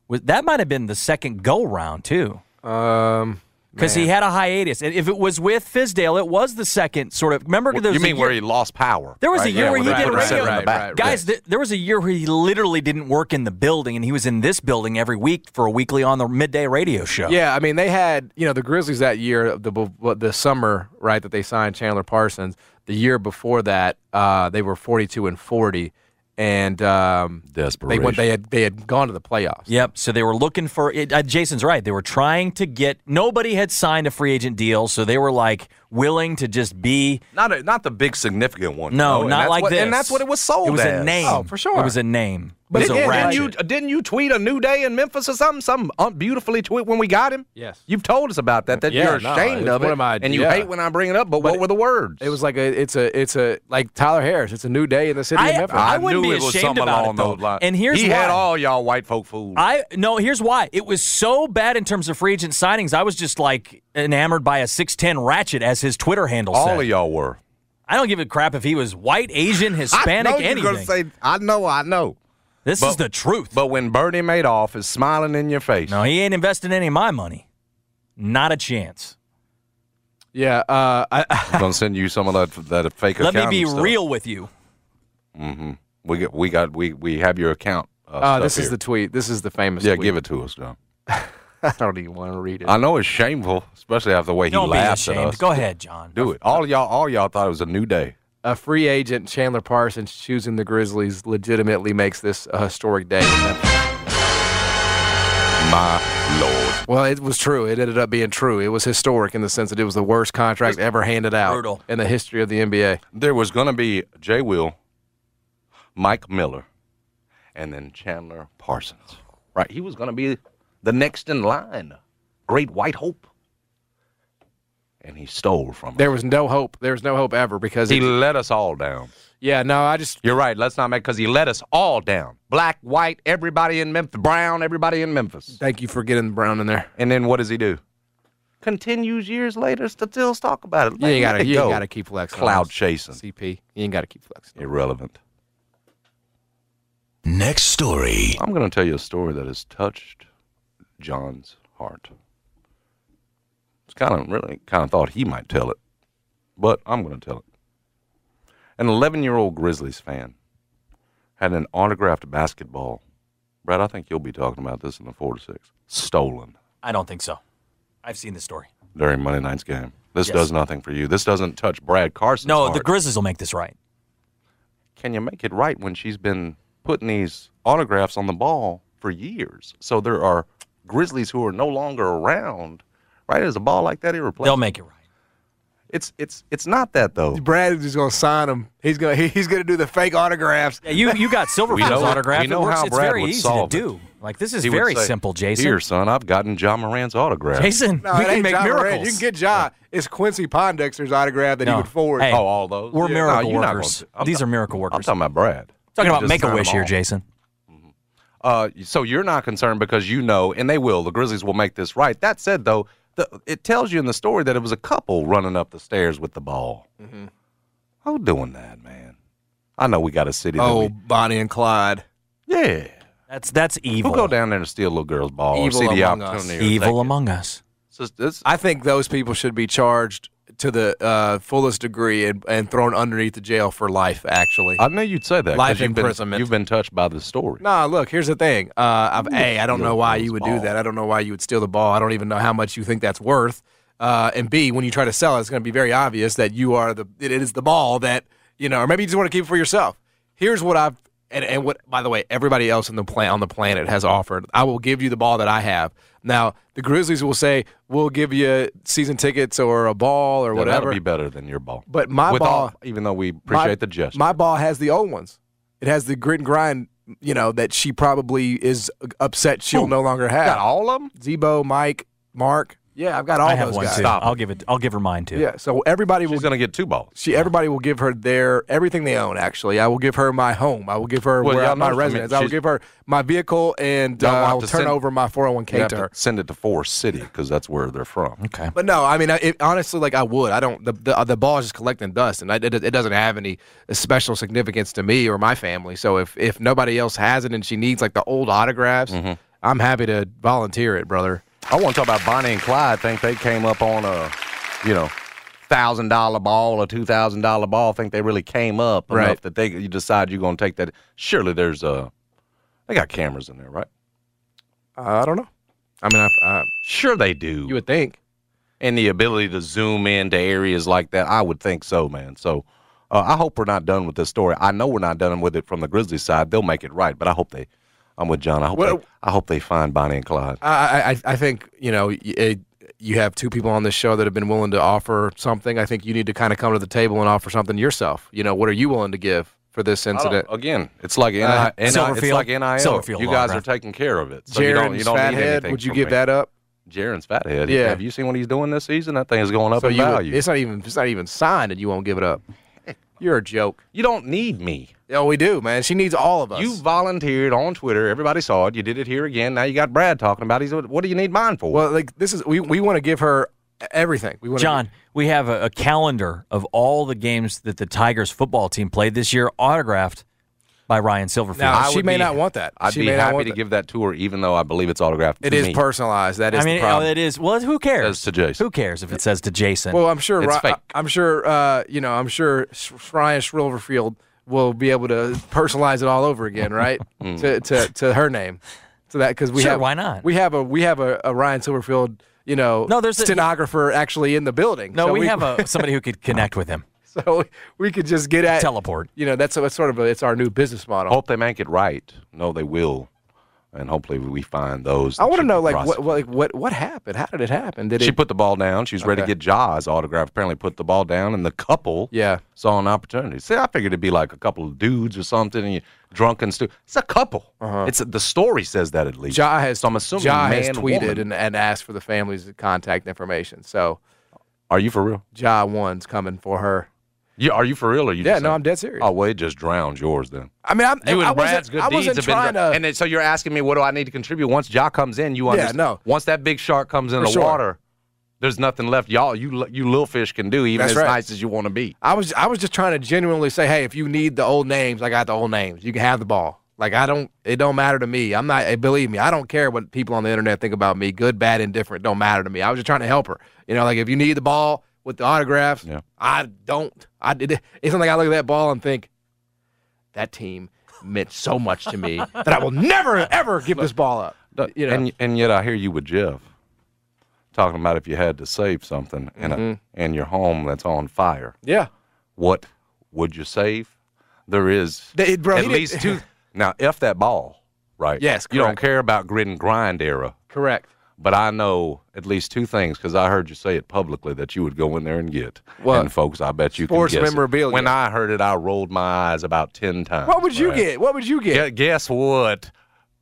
K: Was- That might have been the second go round too,
A: um,
K: because he had a hiatus. And if it was with Fizdale, it was the second sort of. Remember, there
C: you
K: was a
C: mean
K: year-
C: where he lost power?
K: There was a year where he
C: when they
K: did
C: put him
K: radio.
C: in the back.
K: Guys, th- there was a year where he literally didn't work in the building, and he was in this building every week for a weekly on the midday radio show.
A: Yeah, I mean they had you know the Grizzlies that year, the bef- what- the summer right that they signed Chandler Parsons. The year before that, uh, they were forty two and forty, and um, they
C: Desperation.
A: went. They had they had gone to the playoffs.
K: Yep. So they were looking for. It, uh, Jason's right. They were trying to get. Nobody had signed a free agent deal, so they were like willing to just be.
C: not a, not the big significant one. you
K: No,
C: know, and
K: not
C: that's
K: like
C: what,
K: this.
C: And that's what it was sold.
K: It was a
C: as.
K: name.
A: Oh, for sure.
K: It was a name.
A: But
K: it was
A: again,
K: a
A: didn't
K: ratchet.
C: you didn't you tweet a new day in Memphis or something? Some un- beautifully tweet when we got him.
A: Yes.
C: you've told us about that. That
A: Yeah,
C: you're
A: no,
C: ashamed
A: it's
C: of
A: one
C: it,
A: of my-
C: and you
A: yeah.
C: hate when I bring it up. But, what were the words?
A: It was like a it's a it's a like Tyler Harris. It's a new day in the city of
K: I,
A: Memphis.
K: I wouldn't
C: knew
K: be
C: it was
K: ashamed
C: something
K: about
C: along
K: it though.
C: those lines.
K: And here's
C: he
K: why.
C: had all y'all white folk fooled.
K: I no. Here's why it was so bad in terms of free agent signings. I was just like enamored by a six ten ratchet as his Twitter handle
C: all
K: said.
C: of y'all were.
K: I don't give a crap if he was white, Asian, Hispanic,
C: [laughs] I know you're
K: anything.
C: gonna say. I know. I know.
K: this
C: but-
K: is the truth.
C: But when Bernie Madoff is smiling in your face,
K: no, he ain't investing any of my money. Not a chance.
A: yeah, uh, I,
C: I'm gonna send you some of that that fake
K: Let me
C: accounting
K: be
C: stuff. Mm-hmm.
K: real with you.
C: We got we got we we have your account. Uh,
A: uh,
C: stuff
A: this is
C: here.
A: the tweet. This is the famous.
C: yeah.
A: tweet.
C: Give it to us, John.
A: [laughs] I don't even want to read it.
C: I know it's shameful, especially after the way
K: Don't
C: he
K: be
C: laughs at
K: ashamed.
C: us.
K: Go ahead, John.
C: Do it. All y'all, all y'all thought it was a new day.
A: a free agent, Chandler Parsons, choosing the Grizzlies legitimately makes this a historic day.
C: My Lord.
I: Well, it was true. It ended up being true. It was historic in the sense that it was the worst contract ever handed out
C: brutal.
I: in the history of the NBA.
C: There was going to be Jay Will, Mike Miller, and then Chandler Parsons. Right? He was going to be the next in line. Great White Hope. And he stole from
I: There was no hope. There was no hope ever because
C: us. He
I: it-
C: let us all down.
I: Yeah, no, I just.
C: You're right. Let's not make because he let us all down. Black, white, everybody in Memphis, Brown, everybody in Memphis.
I: Thank you for getting Brown in there.
C: And then what does he do? Continues years later to still talk about it.
I: Yeah, you gotta,
C: Let it
I: you
C: go.
I: gotta keep flexing.
C: Cloud chasing.
I: CP. You ain't gotta keep flexing.
C: Irrelevant.
H: Next story.
C: I'm going to tell you a story that has touched John's heart. It's kind of really kind of thought he might tell it, but I'm going to tell it. An 11 year old Grizzlies fan had an autographed basketball. Brad, I think you'll be talking about this in the four to six. Stolen
K: I don't think so. I've seen this story.
C: during Monday night's game. This
K: Yes.
C: does nothing for you. This doesn't touch Brad Carson's
K: No,
C: heart.
K: the Grizzlies will make this right.
C: Can you make it right when she's been putting these autographs on the ball for years? So there are Grizzlies who are no longer around. Right? Is a ball like that irreplaceable?
K: They'll make it right.
C: It's it's it's not that though.
A: Brad is just gonna sign him. He's gonna he- he's gonna do the fake autographs.
K: Yeah, you
C: [laughs]
K: you got
C: We know-
K: Silverman's autograph.
C: we know
K: it works.
C: how
K: it's
C: Brad
K: very
C: would
K: easy
C: solve
K: to
C: it.
K: do. Like this is
C: He would
K: very
C: say,
K: simple, Jason.
C: Here, son, I've gotten John Moran's autograph.
K: Jason,
A: No,
K: we
A: it
K: can
A: ain't
K: make
A: Ja Morant.
K: miracles.
A: You can get Ja. It's Quincy Pondexter's autograph that he
K: No.
A: would forward.
K: Hey,
C: Oh, all those.
K: We're
C: Yeah, no,
K: miracle
C: you're not
K: workers.
C: gonna do- I'm
K: These
C: not-
K: are miracle
C: I'm
K: workers.
C: talking about Brad.
K: Talking about
C: Just
K: make a wish
C: sign 'em
K: here,
C: all.
K: Jason.
C: Uh, so you're not concerned because you know, and they will. The Grizzlies will make this right. That said, though, the, it tells you in the story that it was a couple running up the stairs with the ball.
A: Mm-hmm.
C: Who doing that, man? I know we got a city. that
A: Oh,
C: we-
A: Bonnie and Clyde.
C: yeah.
K: That's that's evil.
C: Who go down there and steal a little girl's ball or
A: Evil
C: Oh, see the
A: among us.
C: opportunity? or
K: evil
C: take it?
K: among us.
C: It's just- it's-
A: I think those people should be charged to the uh, fullest degree and, and thrown underneath the jail for life. Actually,
C: I know you'd say that. 'cause
A: Life
C: you've been-
A: imprisonment.
C: you've been touched by the story.
A: Nah, look, here's the thing. Uh, I've, A, I don't know why
C: Bills
A: you would
C: ball.
A: do that. I don't know why you would steal the ball. I don't even know how much you think that's worth. Uh, and B, when you try to sell it, it's going to be very obvious that you are the, it is the ball that, you know, or maybe you just want to keep it for yourself. Here's what I've, and, and what, by the way, everybody else in the plan, on the planet has offered. I will give you the ball that I have. Now, the Grizzlies will say, we'll give you season tickets or a ball or
C: Yeah,
A: whatever.
C: That'll be better than your ball.
A: But my
C: With
A: ball-
C: all- even though we appreciate
A: my,
C: the gesture.
A: My ball has the old ones. It has the grit and grind, you know, that she probably is upset she'll no longer have.
C: Hmm. got all of them.
A: Zebo, Mike, Mark. Yeah, I've got all
K: I have
A: those
K: one
A: guys.
K: too. I'll give it. I'll give her mine too.
A: Yeah, so everybody will
C: She's gonna get two balls.
A: she everybody will give her their everything they own actually. I will give her my home. I will give her
C: Well,
A: where
C: y'all
A: I- my
C: know- I mean,
A: residence. I, will
C: she's-
A: give her my vehicle and uh,
C: Y'all want
A: I will
C: to
A: turn
C: send-
A: over my
C: You
A: 401k
C: have
A: to her.
C: to send it to Forest City because that's where they're from.
K: Okay.
A: But no, I mean, I- it, honestly, like I would. I don't. The the, uh, the ball is just collecting dust, and I, it, it doesn't have any uh, special significance to me or my family. So if if nobody else has it and she needs like the old autographs,
C: Mm-hmm.
A: I'm happy to volunteer it, brother.
C: I want to talk about Bonnie and Clyde. Think they came up on a, you know, thousand dollar ball or two thousand dollar ball. Think they really came up enough
A: Right.
C: that they you decide you're gonna take that. Surely there's a, they got cameras in there, right?
A: Uh, I don't know. I mean, I, I,
C: Sure they do.
A: you would think.
C: and the ability to zoom into areas like that, I would think so, man. So. Uh, I hope we're not done with this story. I know we're not done with it from the Grizzlies side. They'll make it right, but I hope they. I'm with John. I hope.
A: Well-
C: they, I hope they find Bonnie and Clyde.
A: I I- I, I think you know. y- It, you have two people on this show that have been willing to offer something. I think you need to kind of come to the table and offer something yourself. You know, what are you willing to give for this
C: I don't-
A: incident?
C: Oh, Again, it's like NI,
A: Uh,
C: NI it's
K: Silverfield.
C: like NIL.
K: Silverfield
C: you guys
K: autograph.
C: are taking care of it. So you don't,
A: Jaren's
C: you don't need
A: fathead,
C: anything
A: would you
C: from
A: give
C: me.
A: that up?
C: Jaren's fathead.
A: Yeah.
C: Have you seen what he's doing this season? That thing is going up in
A: you would-
C: value.
A: it's not even it's not even signed, and you won't give it up. You're a joke.
C: you don't need me.
A: Oh, we do, man. She needs all of us.
C: You volunteered on Twitter. Everybody saw it. You did it here again. Now you got Brad talking about. it. He's what do you need mine for?
A: well, like this is we, we want to give her everything. We want
K: John, we have a, a calendar of all the games that the Tigers football team played this year, autographed by Ryan Silverfield.
A: Now
C: I
A: she
C: would
A: may
C: be-
A: not want that.
C: I'd
A: she
C: be
A: may not
C: happy
A: want
C: to
A: that.
C: give that to her, even though I believe it's autographed.
A: It
C: to
A: is
C: me.
A: personalized. That is
K: I mean,
A: the
K: oh,
A: problem.
K: it is. Well, who cares?
C: Says to Jason.
K: Who cares if it says to Jason?
A: well, I'm sure.
C: It's
A: Ri-
C: fake.
A: I'm sure. Uh, you know, I'm sure Sh- Ryan Silverfield will be able to personalize it all over again,
C: [laughs]
A: right?
C: Hmm.
A: to, to to her name. So that because we
K: Sure,
A: have
K: why not?
A: We have a we have a, a Ryan Silverfield. You know,
K: No, there's a-
A: stenographer actually in the building.
K: no,
A: So
K: we, have a, somebody who could connect
C: [laughs]
K: with him.
A: [laughs] So we could just get at
K: Teleport. Oh,
A: You know, that's, that's sort of a, it's our new business model.
C: Hope they make it right. No, they will. and hopefully we find those.
A: I
C: that
A: want to
C: she
A: know
C: can
A: like
C: process.
A: what, what like what what happened? How did it happen? Did
C: she
A: it,
C: put the ball down. She's ready to
A: Okay.
C: get Jaws autograph. Apparently, put the ball down, and the couple
A: yeah
C: saw an opportunity. See, I figured it'd be like a couple of dudes or something, and you drunken stu. It's a couple. It's a, the story says that at least.
A: Uh-huh. Ja has
C: so I'm assuming
A: Ja
C: man,
A: has tweeted
C: woman.
A: and, and asked for the family's contact information. So
C: Are you for real?
A: Ja one's coming for her.
C: Yeah, are you for real? Or you?
A: Yeah,
C: just
A: no,
C: saying-
A: I'm dead serious.
C: Oh, well, it just drowned yours then.
A: I mean, I'm,
C: You
A: I wasn't-
C: and Brad's good
A: I
C: deeds
A: wasn't
C: have been.
A: trying to.
C: dra- and then, so you're asking me, what do I need to contribute? Once Ja comes in, you
A: Yeah,
C: understand.
A: no.
C: Once that big shark comes in
A: For
C: the
A: sure.
C: water, there's nothing left. Y'all, you li- you little fish can do even
A: That's
C: as
A: right.
C: nice as you want to be.
A: I was I was just trying to genuinely say, hey, if you need the old names, I got the old names. You can have the ball. Like I don't, it don't matter to me. I'm not. eh, Believe me, I don't care what people on the internet think about me. Good, bad, indifferent, don't matter to me. I was just trying to help her. You know, like if you need the ball with the autographs,
C: Yeah.
A: I don't. I did. It's not like I look at that ball and think that team meant so much to
C: [laughs]
A: me that I will never ever give this ball up. You know,
C: And and yet I hear you with Jeff talking about if you had to save something in a
A: Mm-hmm.
C: in your home that's on fire,
A: yeah.
C: what would you save? There is
A: They- bro,
C: at
A: he did- [laughs]
C: least two. Now, if that ball, right?
A: Yes,
C: You don't
A: correct.
C: care about grit and grind era.
A: Correct.
C: but I know at least two things because I heard you say it publicly that you would go in there and get.
A: What?
C: And folks, I bet you
A: Sports
C: can guess it.
A: memorabilia.
C: When I heard it, I rolled my eyes about ten times.
A: What would you
C: right?
A: get? What would you get?
C: Gu- Guess what?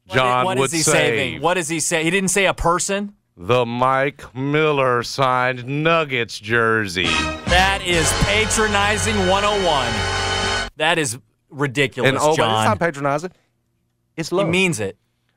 C: John
K: what
C: would
K: is he
C: save
K: saving? What does he say? He didn't say a person.
C: the Mike Miller signed Nuggets jersey.
K: That is patronizing 101. That is ridiculous,
C: And oh, but it's
K: John.
C: not patronizing. It's
K: He
C: love.
K: means it.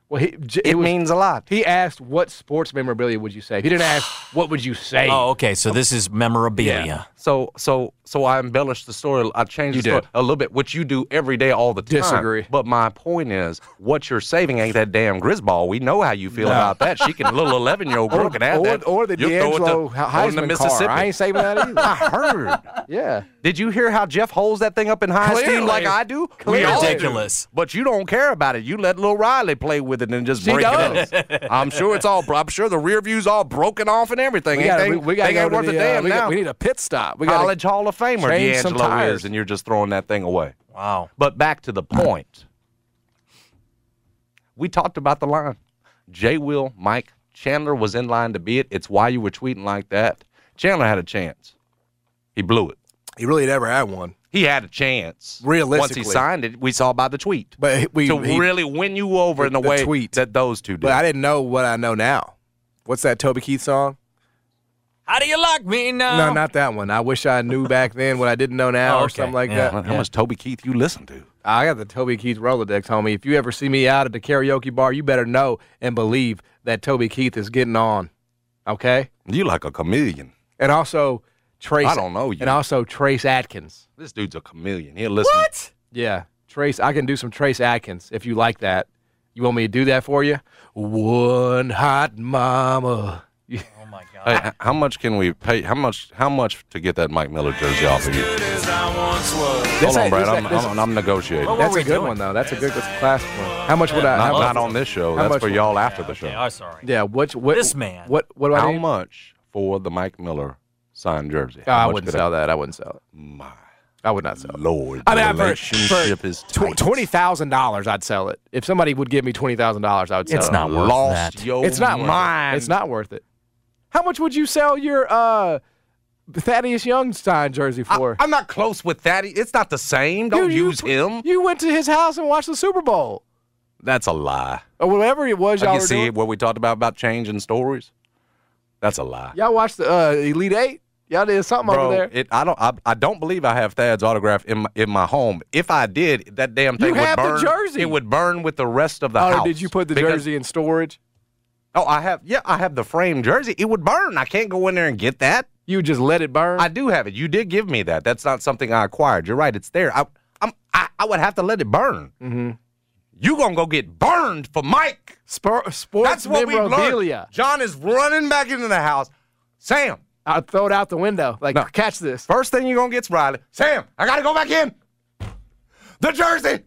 A: Well, he, j-
C: it
A: was-
C: means a lot.
A: He asked, "What sports memorabilia would you save?" He didn't ask,
C: [sighs]
A: "What would you save?"
K: Oh, okay. So this is memorabilia.
C: So so so I embellished the story. I changed
A: You
C: the story
A: did.
C: a little bit, which you do every day, all the time.
A: Disagree.
C: But my point is, what you're saving ain't that damn Grisball. We know how you feel about that. She can little eleven [laughs] year old girl can have
A: or,
C: that.
A: or the
C: You'll throw it to-
A: D'Angelo He-
C: on the
A: Heisman
C: Mississippi.
A: car. I ain't saving that either.
C: [laughs] I heard.
A: yeah,
C: Did you hear how Jeff holds that thing up in high esteem
A: Clearly.
C: like I do? We all do.
K: Ridiculous.
C: But you don't care about it. You let little Riley play with it and just
A: She
C: break
A: does.
C: it up. I'm sure it's all. I'm sure the rear view's all broken off and everything.
A: we
C: Ain't
A: got
C: they-
A: we, we gotta
C: they ain't
A: go
C: worth
A: to
C: a
A: the, uh,
C: damn
A: we, got-
C: now.
A: we need a pit stop. We
C: College
A: got
C: Hall of Famer
A: change some
C: D'Angelo
A: tires.
C: is, and you're just throwing that thing away.
K: Wow.
C: But back to the point. We talked about the line. J. Will, Mike, Chandler was in line to be it. It's why you were tweeting like that. Chandler had a chance. He blew it.
A: he really never had one.
C: He had a chance. Once he
A: Realistically.
C: signed it, we saw by the tweet.
A: But he- we-
C: to
A: he-
C: really win you over in the,
A: The
C: way
A: tweet.
C: that those two did.
A: But I didn't know what I know now. What's that Toby Keith song?
K: How do you like me now?
C: Oh.
A: No, not that one. I wish I knew back then what I didn't know now
K: Oh,
A: or
K: okay.
A: something like
K: Yeah.
A: that.
C: How much Toby Keith you listen to?
A: I got the Toby Keith Rolodex, homie. If you ever see me out at the karaoke bar, you better know and believe that Toby Keith is getting on. Okay?
C: You like a chameleon.
A: And also Trace
C: I don't know you.
A: And also Trace Atkins.
C: This dude's a chameleon. He'll listen. What?
A: Yeah. Trace, I can do some Trace Atkins if you like that. You want me to do that for you? One hot mama.
K: Oh my god.
C: Hey, h- how much can we pay? How much? How much to get that Mike Miller jersey off of you? Hold on,
A: a-
C: Brad.
A: this
C: I'm,
A: a- this
C: I'm, I'm negotiating.
K: What were
A: That's
K: we
A: a good
K: doing?
A: one though. That's a good that's a classic one. How much would I
C: Not,
A: how much,
C: not on this show.
A: how
C: That's
A: much
C: for
A: would-
C: y'all after the show.
K: Okay, I'm sorry.
A: Yeah, which what
K: This man.
A: What what do I
C: How
A: need?
C: much for the Mike Miller signed jersey?
A: Oh,
C: How
A: I
C: much
A: wouldn't
C: could
A: sell that. I wouldn't sell it.
C: My
A: I would not sell it.
C: lord,
A: I mean,
C: the
A: I've heard
C: relationship
A: for
C: is tight.
A: tw- twenty thousand dollars. I'd sell it if somebody would give me twenty thousand dollars. I would sell
K: It's
A: it.
K: not worth
C: Lost
K: that.
C: your
A: It's not worth
C: mind.
A: it. It's not worth it. How much would you sell your uh, Thaddeus Young signed jersey for?
C: I, am not close with that. e, It's not the same. Don't
A: You- you-
C: use him.
A: You went to his house and watched the Super Bowl
C: That's a lie.
A: or whatever it was.
C: Like
A: Y'all
C: you
A: were
C: see
A: doing.
C: what we talked about about changing stories. That's a lie.
A: Y'all watched the uh, Elite Eight. Y'all did something
C: Bro,
A: over there.
C: it I don't I, I don't believe I have Thad's autograph in my, in my home. If I did, that damn thing would
A: have the
C: burn.
A: jersey.
C: It would burn with the rest of the
A: oh,
C: house.
A: did you put the
C: Because-
A: jersey in storage?
C: Oh, I have. Yeah, I have the frame jersey. It would burn. I can't go in there and get that.
A: You just let it burn.
C: I do have it. You did give me that. That's not something I acquired. You're right. It's there. I I'm, I, I would have to let it burn.
A: mm-hmm.
C: You gonna go get burned for Mike?
A: Spor- sports
C: That's what we learned.
A: memorabilia.
C: John is running back into the house. Sam,
A: I throw it out the window. Like,
C: No.
A: catch this.
C: First thing you're gonna get's Riley. Sam, I gotta go back in. The jersey.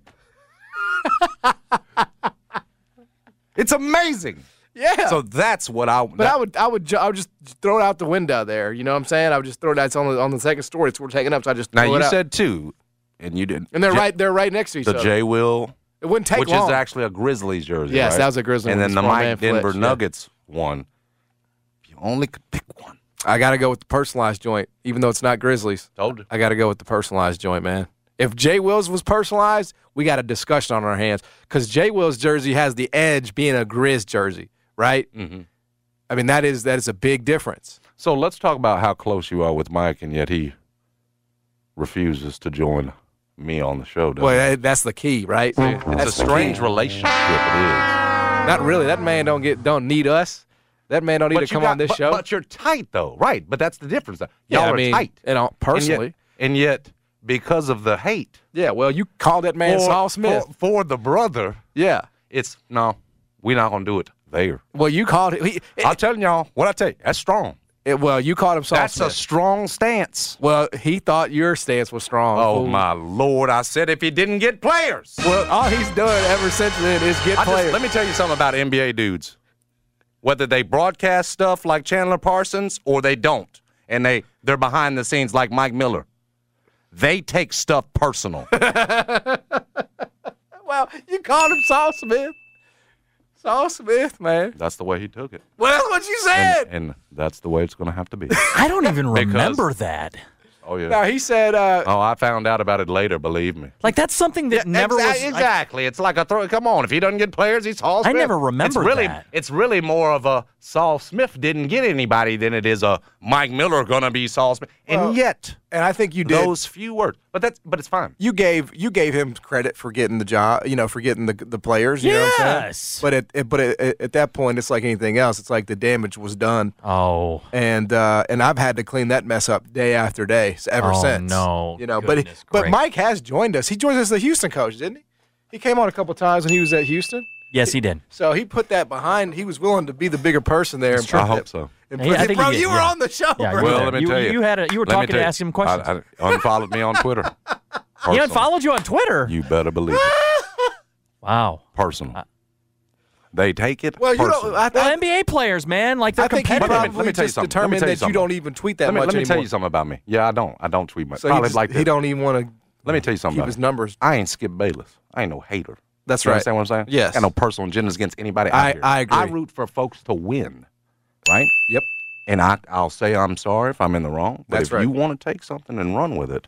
C: it's amazing.
A: Yeah.
C: So that's what I.
A: But I would, I would, ju- I would just throw it out the window there. You know what I'm saying? I would just throw it out it's on the on the second story. It's we're taking up, so I just
C: now
A: throw
C: you
A: it out.
C: said two, and you didn't.
A: and they're
C: J-
A: right, they're right next to each
C: The
A: other.
C: J Will
I: It wouldn't take
C: which
I: long.
C: is actually a Grizzlies jersey.
I: Yes,
C: right?
I: that was a Grizzly
C: And
I: one.
C: then the
I: Small man
C: Mike Denver
I: Fletch, yeah.
C: Nuggets one. If you only could pick one.
I: I got to go with the personalized joint, even though it's not Grizzlies.
C: Told you.
I: I got to go with the personalized joint, man. If Jay Wills was personalized, we got a discussion on our hands because Jay Wills' jersey has the edge being a Grizz jersey, right? Mm-hmm. I mean, that is that is a big difference.
C: So let's talk about how close you are with Mike, and yet he refuses to join me on the show. doesn't
I: Well,
C: he?
I: that, that's the key, right? That's
C: it's a strange relationship. It is.
I: Not really. That man don't get don't need us. That man don't need
C: But
I: to
C: you
I: come
C: got-
I: on this
C: but-
I: show.
C: But you're tight though, right? But that's the difference. Y'all
I: Yeah, I
C: are
I: mean,
C: tight.
I: and I'll- personally-
C: and yet, and yet, because of the hate,
I: yeah. Well, you called that man
C: for,
I: Saul Smith.
C: for, for the brother.
I: yeah.
C: It's no, we're not gonna do it there.
I: Well, you called it. He,
C: I'm telling y'all what I tell you. That's strong.
I: it- well, you called him Saul
C: That's
I: Smith.
C: a strong stance.
I: well, he thought your stance was strong.
C: Oh
I: fool.
C: my lord! I said if he didn't get players.
I: Well, all he's done ever since then is get
C: I just-
I: players.
C: let me tell you something about NBA dudes. Whether they broadcast stuff like Chandler Parsons or they don't, and they they're behind the scenes like Mike Miller, they take stuff personal.
I: [laughs] well, you called him Saul Smith. Saul Smith, man.
C: that's the way he took it,
I: Well, that's what you said.
C: and, and that's the way it's going to have to be.
K: I don't even remember that.
C: Oh yeah.
I: now he said, uh,
C: Oh, I found out about it later. Believe me.
K: Like that's something that never
C: Exa-
K: was. like,
C: exactly. it's like a throw. Come on, if he doesn't get players, he's Saul
K: I
C: Smith.
K: never remembered
C: It's really,
K: that.
C: it's really more of a Saul Smith didn't get anybody than it is a Mike Miller gonna be Saul Smith.
A: Well,
C: and yet,
A: And I think you did.
C: those few words. But that's but it's fine.
A: you gave you gave him credit for getting the job, you know, for getting the the players. You know what I'm
K: Yes.
A: saying? But at, at- but at, at that point, it's like anything else. It's like the damage was done,
K: oh,
A: and uh, and I've had to clean that mess up day after day s- ever
K: Oh,
A: since.
K: no.
A: you know,
K: Goodness
A: but but
K: gracious.
A: Mike has joined us. He joined us as the Houston coach, didn't he? He came on a couple times when he was at Houston.
K: yes, he did.
A: So he put that behind. He was willing to be the bigger person there. and
C: I
A: put
C: hope
A: that-
C: so.
A: and
K: Yeah,
A: put
K: I
A: it-
K: think he
A: bro,
K: did,
A: you were
K: yeah.
A: on the show.
K: Yeah, you
A: bro.
K: were
C: Well,
K: there.
C: let me tell you.
K: You had a, you were
C: Let me
K: talking
C: tell
K: to
C: you.
K: ask him questions.
C: I, I unfollowed me on
K: [laughs]
C: Twitter.
K: he
C: Personal.
K: unfollowed you on Twitter.
C: You better believe it.
K: wow.
C: Personal.
K: Uh,
C: they take it.
A: Well, you
C: personal.
A: don't. I,
K: Well,
A: I,
K: NBA players, man, like they're
A: I think he
K: competitive.
C: Wait a minute,
A: probably
C: let me tell you
A: just
C: something. Let me
A: determined
C: tell you
A: that you
C: something.
A: don't even tweet that
C: let me,
A: much
C: let me
A: anymore.
C: tell you something about me. Yeah, I don't. I don't tweet much.
A: So he,
C: Probably
A: just-
C: like
A: he
C: this.
A: don't even want to.
C: Let me tell you something.
A: keep
C: about
A: his
C: me.
A: numbers.
C: I ain't Skip Bayless. I ain't no hater.
A: That's
C: you
A: right.
C: Understand what I'm saying?
A: Yes.
C: Got no personal agendas against anybody.
A: I-
C: out here.
A: I agree.
C: I root for folks to win, right?
A: Yep.
C: And I, I'll say I'm sorry if I'm in the wrong. But
A: That's
C: if
A: right.
C: you want to take something and run with it,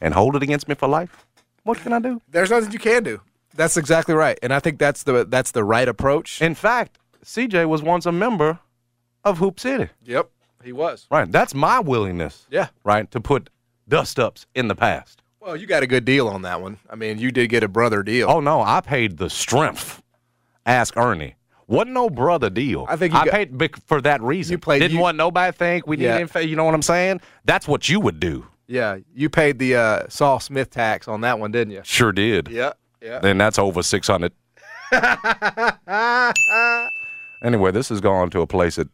C: and hold it against me for life, what can I do?
A: There's nothing you can do. That's exactly right, and I think that's the that's the right approach.
C: In fact, CJ was once a member of Hoop City.
A: yep, he was.
C: Right. That's my willingness.
A: Yeah.
C: Right. To put dust ups in the past.
A: Well, you got a good deal on that one. I mean, you did get a brother deal.
C: Oh no, I paid the strength. Ask Ernie. Wasn't no brother deal.
A: I think you
C: I
A: got-
C: paid bec- for that reason.
A: You played-
C: Didn't
A: you-
C: want nobody to think we
A: Yeah.
C: didn't. fa- You know what I'm saying? That's what you would do.
A: Yeah, you paid the uh, Saul Smith tax on that one, didn't you?
C: Sure did.
A: Yeah, yeah.
C: Then that's over
A: [laughs]
C: six hundred. anyway, this has gone to a place that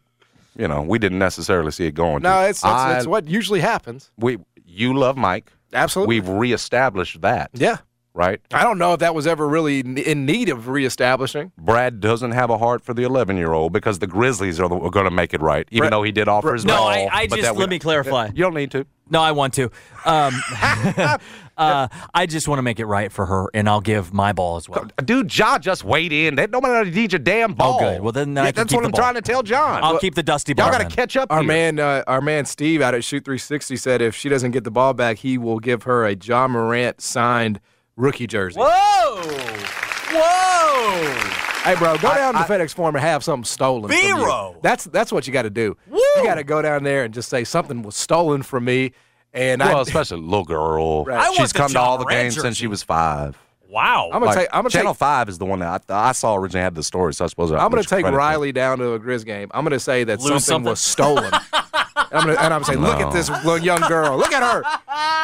C: you know we didn't necessarily see it going.
A: No,
C: to.
A: it's it's,
C: I-
A: it's what usually happens.
C: we. You love Mike.
A: Absolutely.
C: We've reestablished that.
A: yeah,
C: Right.
A: I don't know if that was ever really n- in need of reestablishing.
C: Brad doesn't have a heart for the 11 year old because the Grizzlies are, the, are going to make it right, even
A: Brad-
C: though he did offer his
K: No,
C: ball,
K: I, I
C: but
K: just
C: that we-
K: let me clarify.
C: You don't need to.
K: No, I want to. Um, [laughs] uh, I just want to make it right for her, and I'll give my ball as well.
C: Dude, Ja just weighed in. They, nobody needs your damn ball.
K: Oh, good. Well, then I
C: Yeah,
K: can
C: that's
K: keep
C: what
K: the
C: I'm
K: ball.
C: trying to tell John.
K: I'll keep the dusty ball.
C: Y'all got
K: then.
C: to catch up.
A: Our
C: here.
A: man, uh, our man Steve out at Shoot 360 said if she doesn't get the ball back, he will give her a John Morant signed rookie jersey.
K: Whoa! Whoa!
A: Hey, bro, go down to FedEx Forum and have something stolen. from you.
K: Vero!
A: That's that's what you got to do. You got to go down there and just say something was stolen from me, and
C: Well,
A: I,
C: especially little girl.
A: Right. I
C: She's
K: want the
C: come to
K: Ja
C: all the
K: Morant
C: games since
K: jersey.
C: she was five.
K: Wow!
A: I'm gonna
C: Like,
A: take I'm gonna
C: Channel
A: take
C: 5 is the one that I, I saw originally had the story, so I suppose
A: I'm gonna take
C: Riley.
A: Riley down to a Grizz game. I'm gonna say that something,
K: Lose something?
A: was
K: [laughs]
A: stolen. I'm gonna, and I'm gonna say, look at
C: No.
A: this little young girl. Look at her.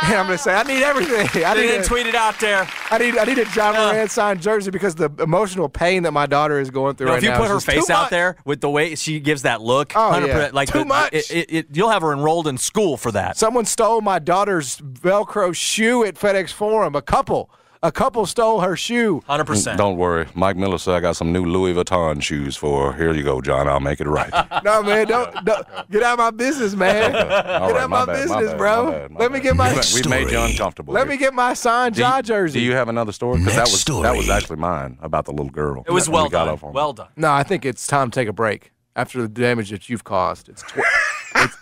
A: And I'm gonna say, I need everything. I
K: they
A: need,
K: didn't
A: a-
K: tweet it out there.
A: I need, I need a John Moran signed jersey because the emotional pain that my daughter is going through
K: No,
A: right
K: if you
A: now.
K: put
A: is
K: her
A: just too
K: face out
A: much.
K: there with the way she gives that look,
A: Oh, yeah.
K: 100%, like
A: Too
K: the-
A: much.
K: It, it, it, you'll have her enrolled in school for that.
A: Someone stole my daughter's Velcro shoe at FedEx Forum. A couple.
I: A couple stole her
K: [laughs]
I: shoe.
K: 100%.
C: Don't worry. Mike Miller said I got some new Louis Vuitton shoes for. her. Here you go, John. I'll make it right.
K: [laughs]
I: no, man, don't, don't get out of my business, man.
C: Okay.
I: [laughs]
C: [laughs]
I: get
C: All right,
I: out of my,
C: my bad, my
I: business,
C: bad,
I: bro.
C: my bad, my
I: Let me get my.
C: we made you uncomfortable.
I: Let me get my signed Jaw
C: do you,
I: jersey.
C: Do you have another story? Because that
I: Next
C: was that was actually mine about the little girl.
I: It was
C: that
I: well
C: we got
I: done.
C: off on.
K: Well done.
I: No, I think it's time to take a break after the damage that you've caused. It's, tw- [laughs] it's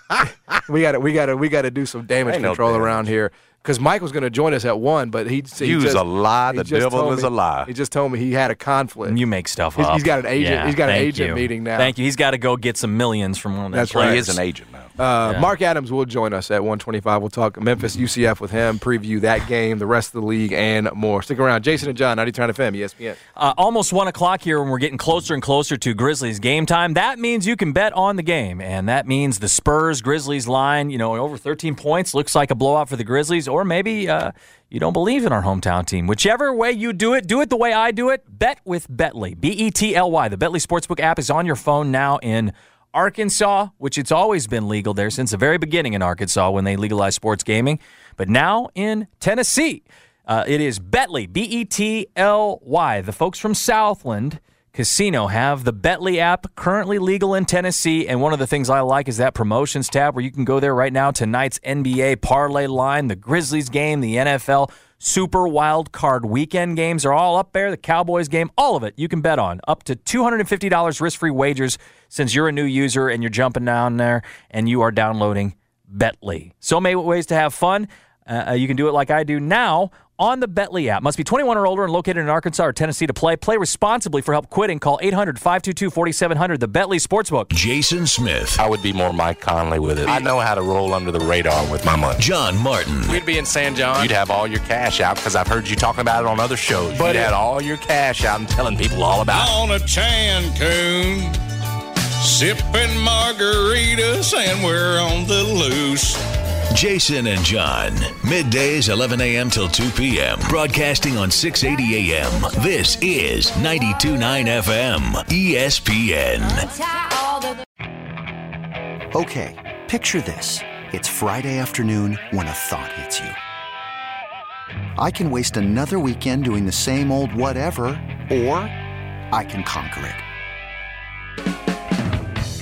I: [laughs] we got to we got to we got to do some damage
C: Ain't no
I: control
C: damage.
I: around here because Mike was going to join us at one, but he, he
C: You's
I: just,
C: a lie.
I: he
C: The
I: just
C: devil
I: told
C: is
I: me-
C: a lie.
I: He just told me he had a conflict.
K: You make stuff
I: He's-
K: up.
I: he's got an agent-
K: Yeah,
I: he's got an
K: thank
I: agent
K: you.
I: meeting now.
K: Thank you. He's got to go get some millions from one of those
I: That's right.
K: players.
C: now.
I: Uh,
K: Yeah.
I: Mark Adams will join us at 125. We'll talk Memphis UCF with him, preview that game, the rest of the league, and more. Stick around. Jason and John, 93 FM, ESPN.
K: Uh, almost one o'clock here, and we're getting closer and closer to Grizzlies game time. That means you can bet on the game, and that means the Spurs Grizzlies line, you know, over 13 points looks like a blowout for the Grizzlies, or maybe uh, you don't believe in our hometown team. Whichever way you do it, do it the way I do it. Bet with Betley, B E T L Y. The Betley Sportsbook app is on your phone now in Arkansas, which it's always been legal there since the very beginning in Arkansas when they legalized sports gaming, but now in Tennessee. Uh, it is Betley, B E T L Y. The folks from Southland Casino have the Betley app currently legal in Tennessee. And one of the things I like is that promotions tab where you can go there right now. Tonight's NBA parlay line, the Grizzlies game, the NFL Super Wild Card weekend games are all up there. The Cowboys game, all of it you can bet on. Up to $250 risk free wagers since you're a new user and you're jumping down there and you are downloading Betley. So many ways to have fun. Uh, you can do it like I do now on the Betley app. Must be 21 or older and located in Arkansas or Tennessee to play. Play responsibly for help quitting. Call 800 522 4700, the Betley Sportsbook.
H: Jason Smith.
C: I would be more Mike Conley with it. I know how to roll under the radar with my money.
H: John Martin.
I: We'd be in San John.
C: You'd have all your cash out because I've heard you talking about it on other shows.
L: But
C: But
L: it-
C: You'd had all your cash out and telling people all about it.
L: On a Cancun, sipping margaritas, and we're on the loose.
H: Jason and John. Middays 11 a.m. till 2 p.m. Broadcasting on 680 a.m. This is 92.9 FM ESPN.
F: Okay, picture this. It's Friday afternoon when a thought hits you. I can waste another weekend doing the same old whatever, or I can conquer it.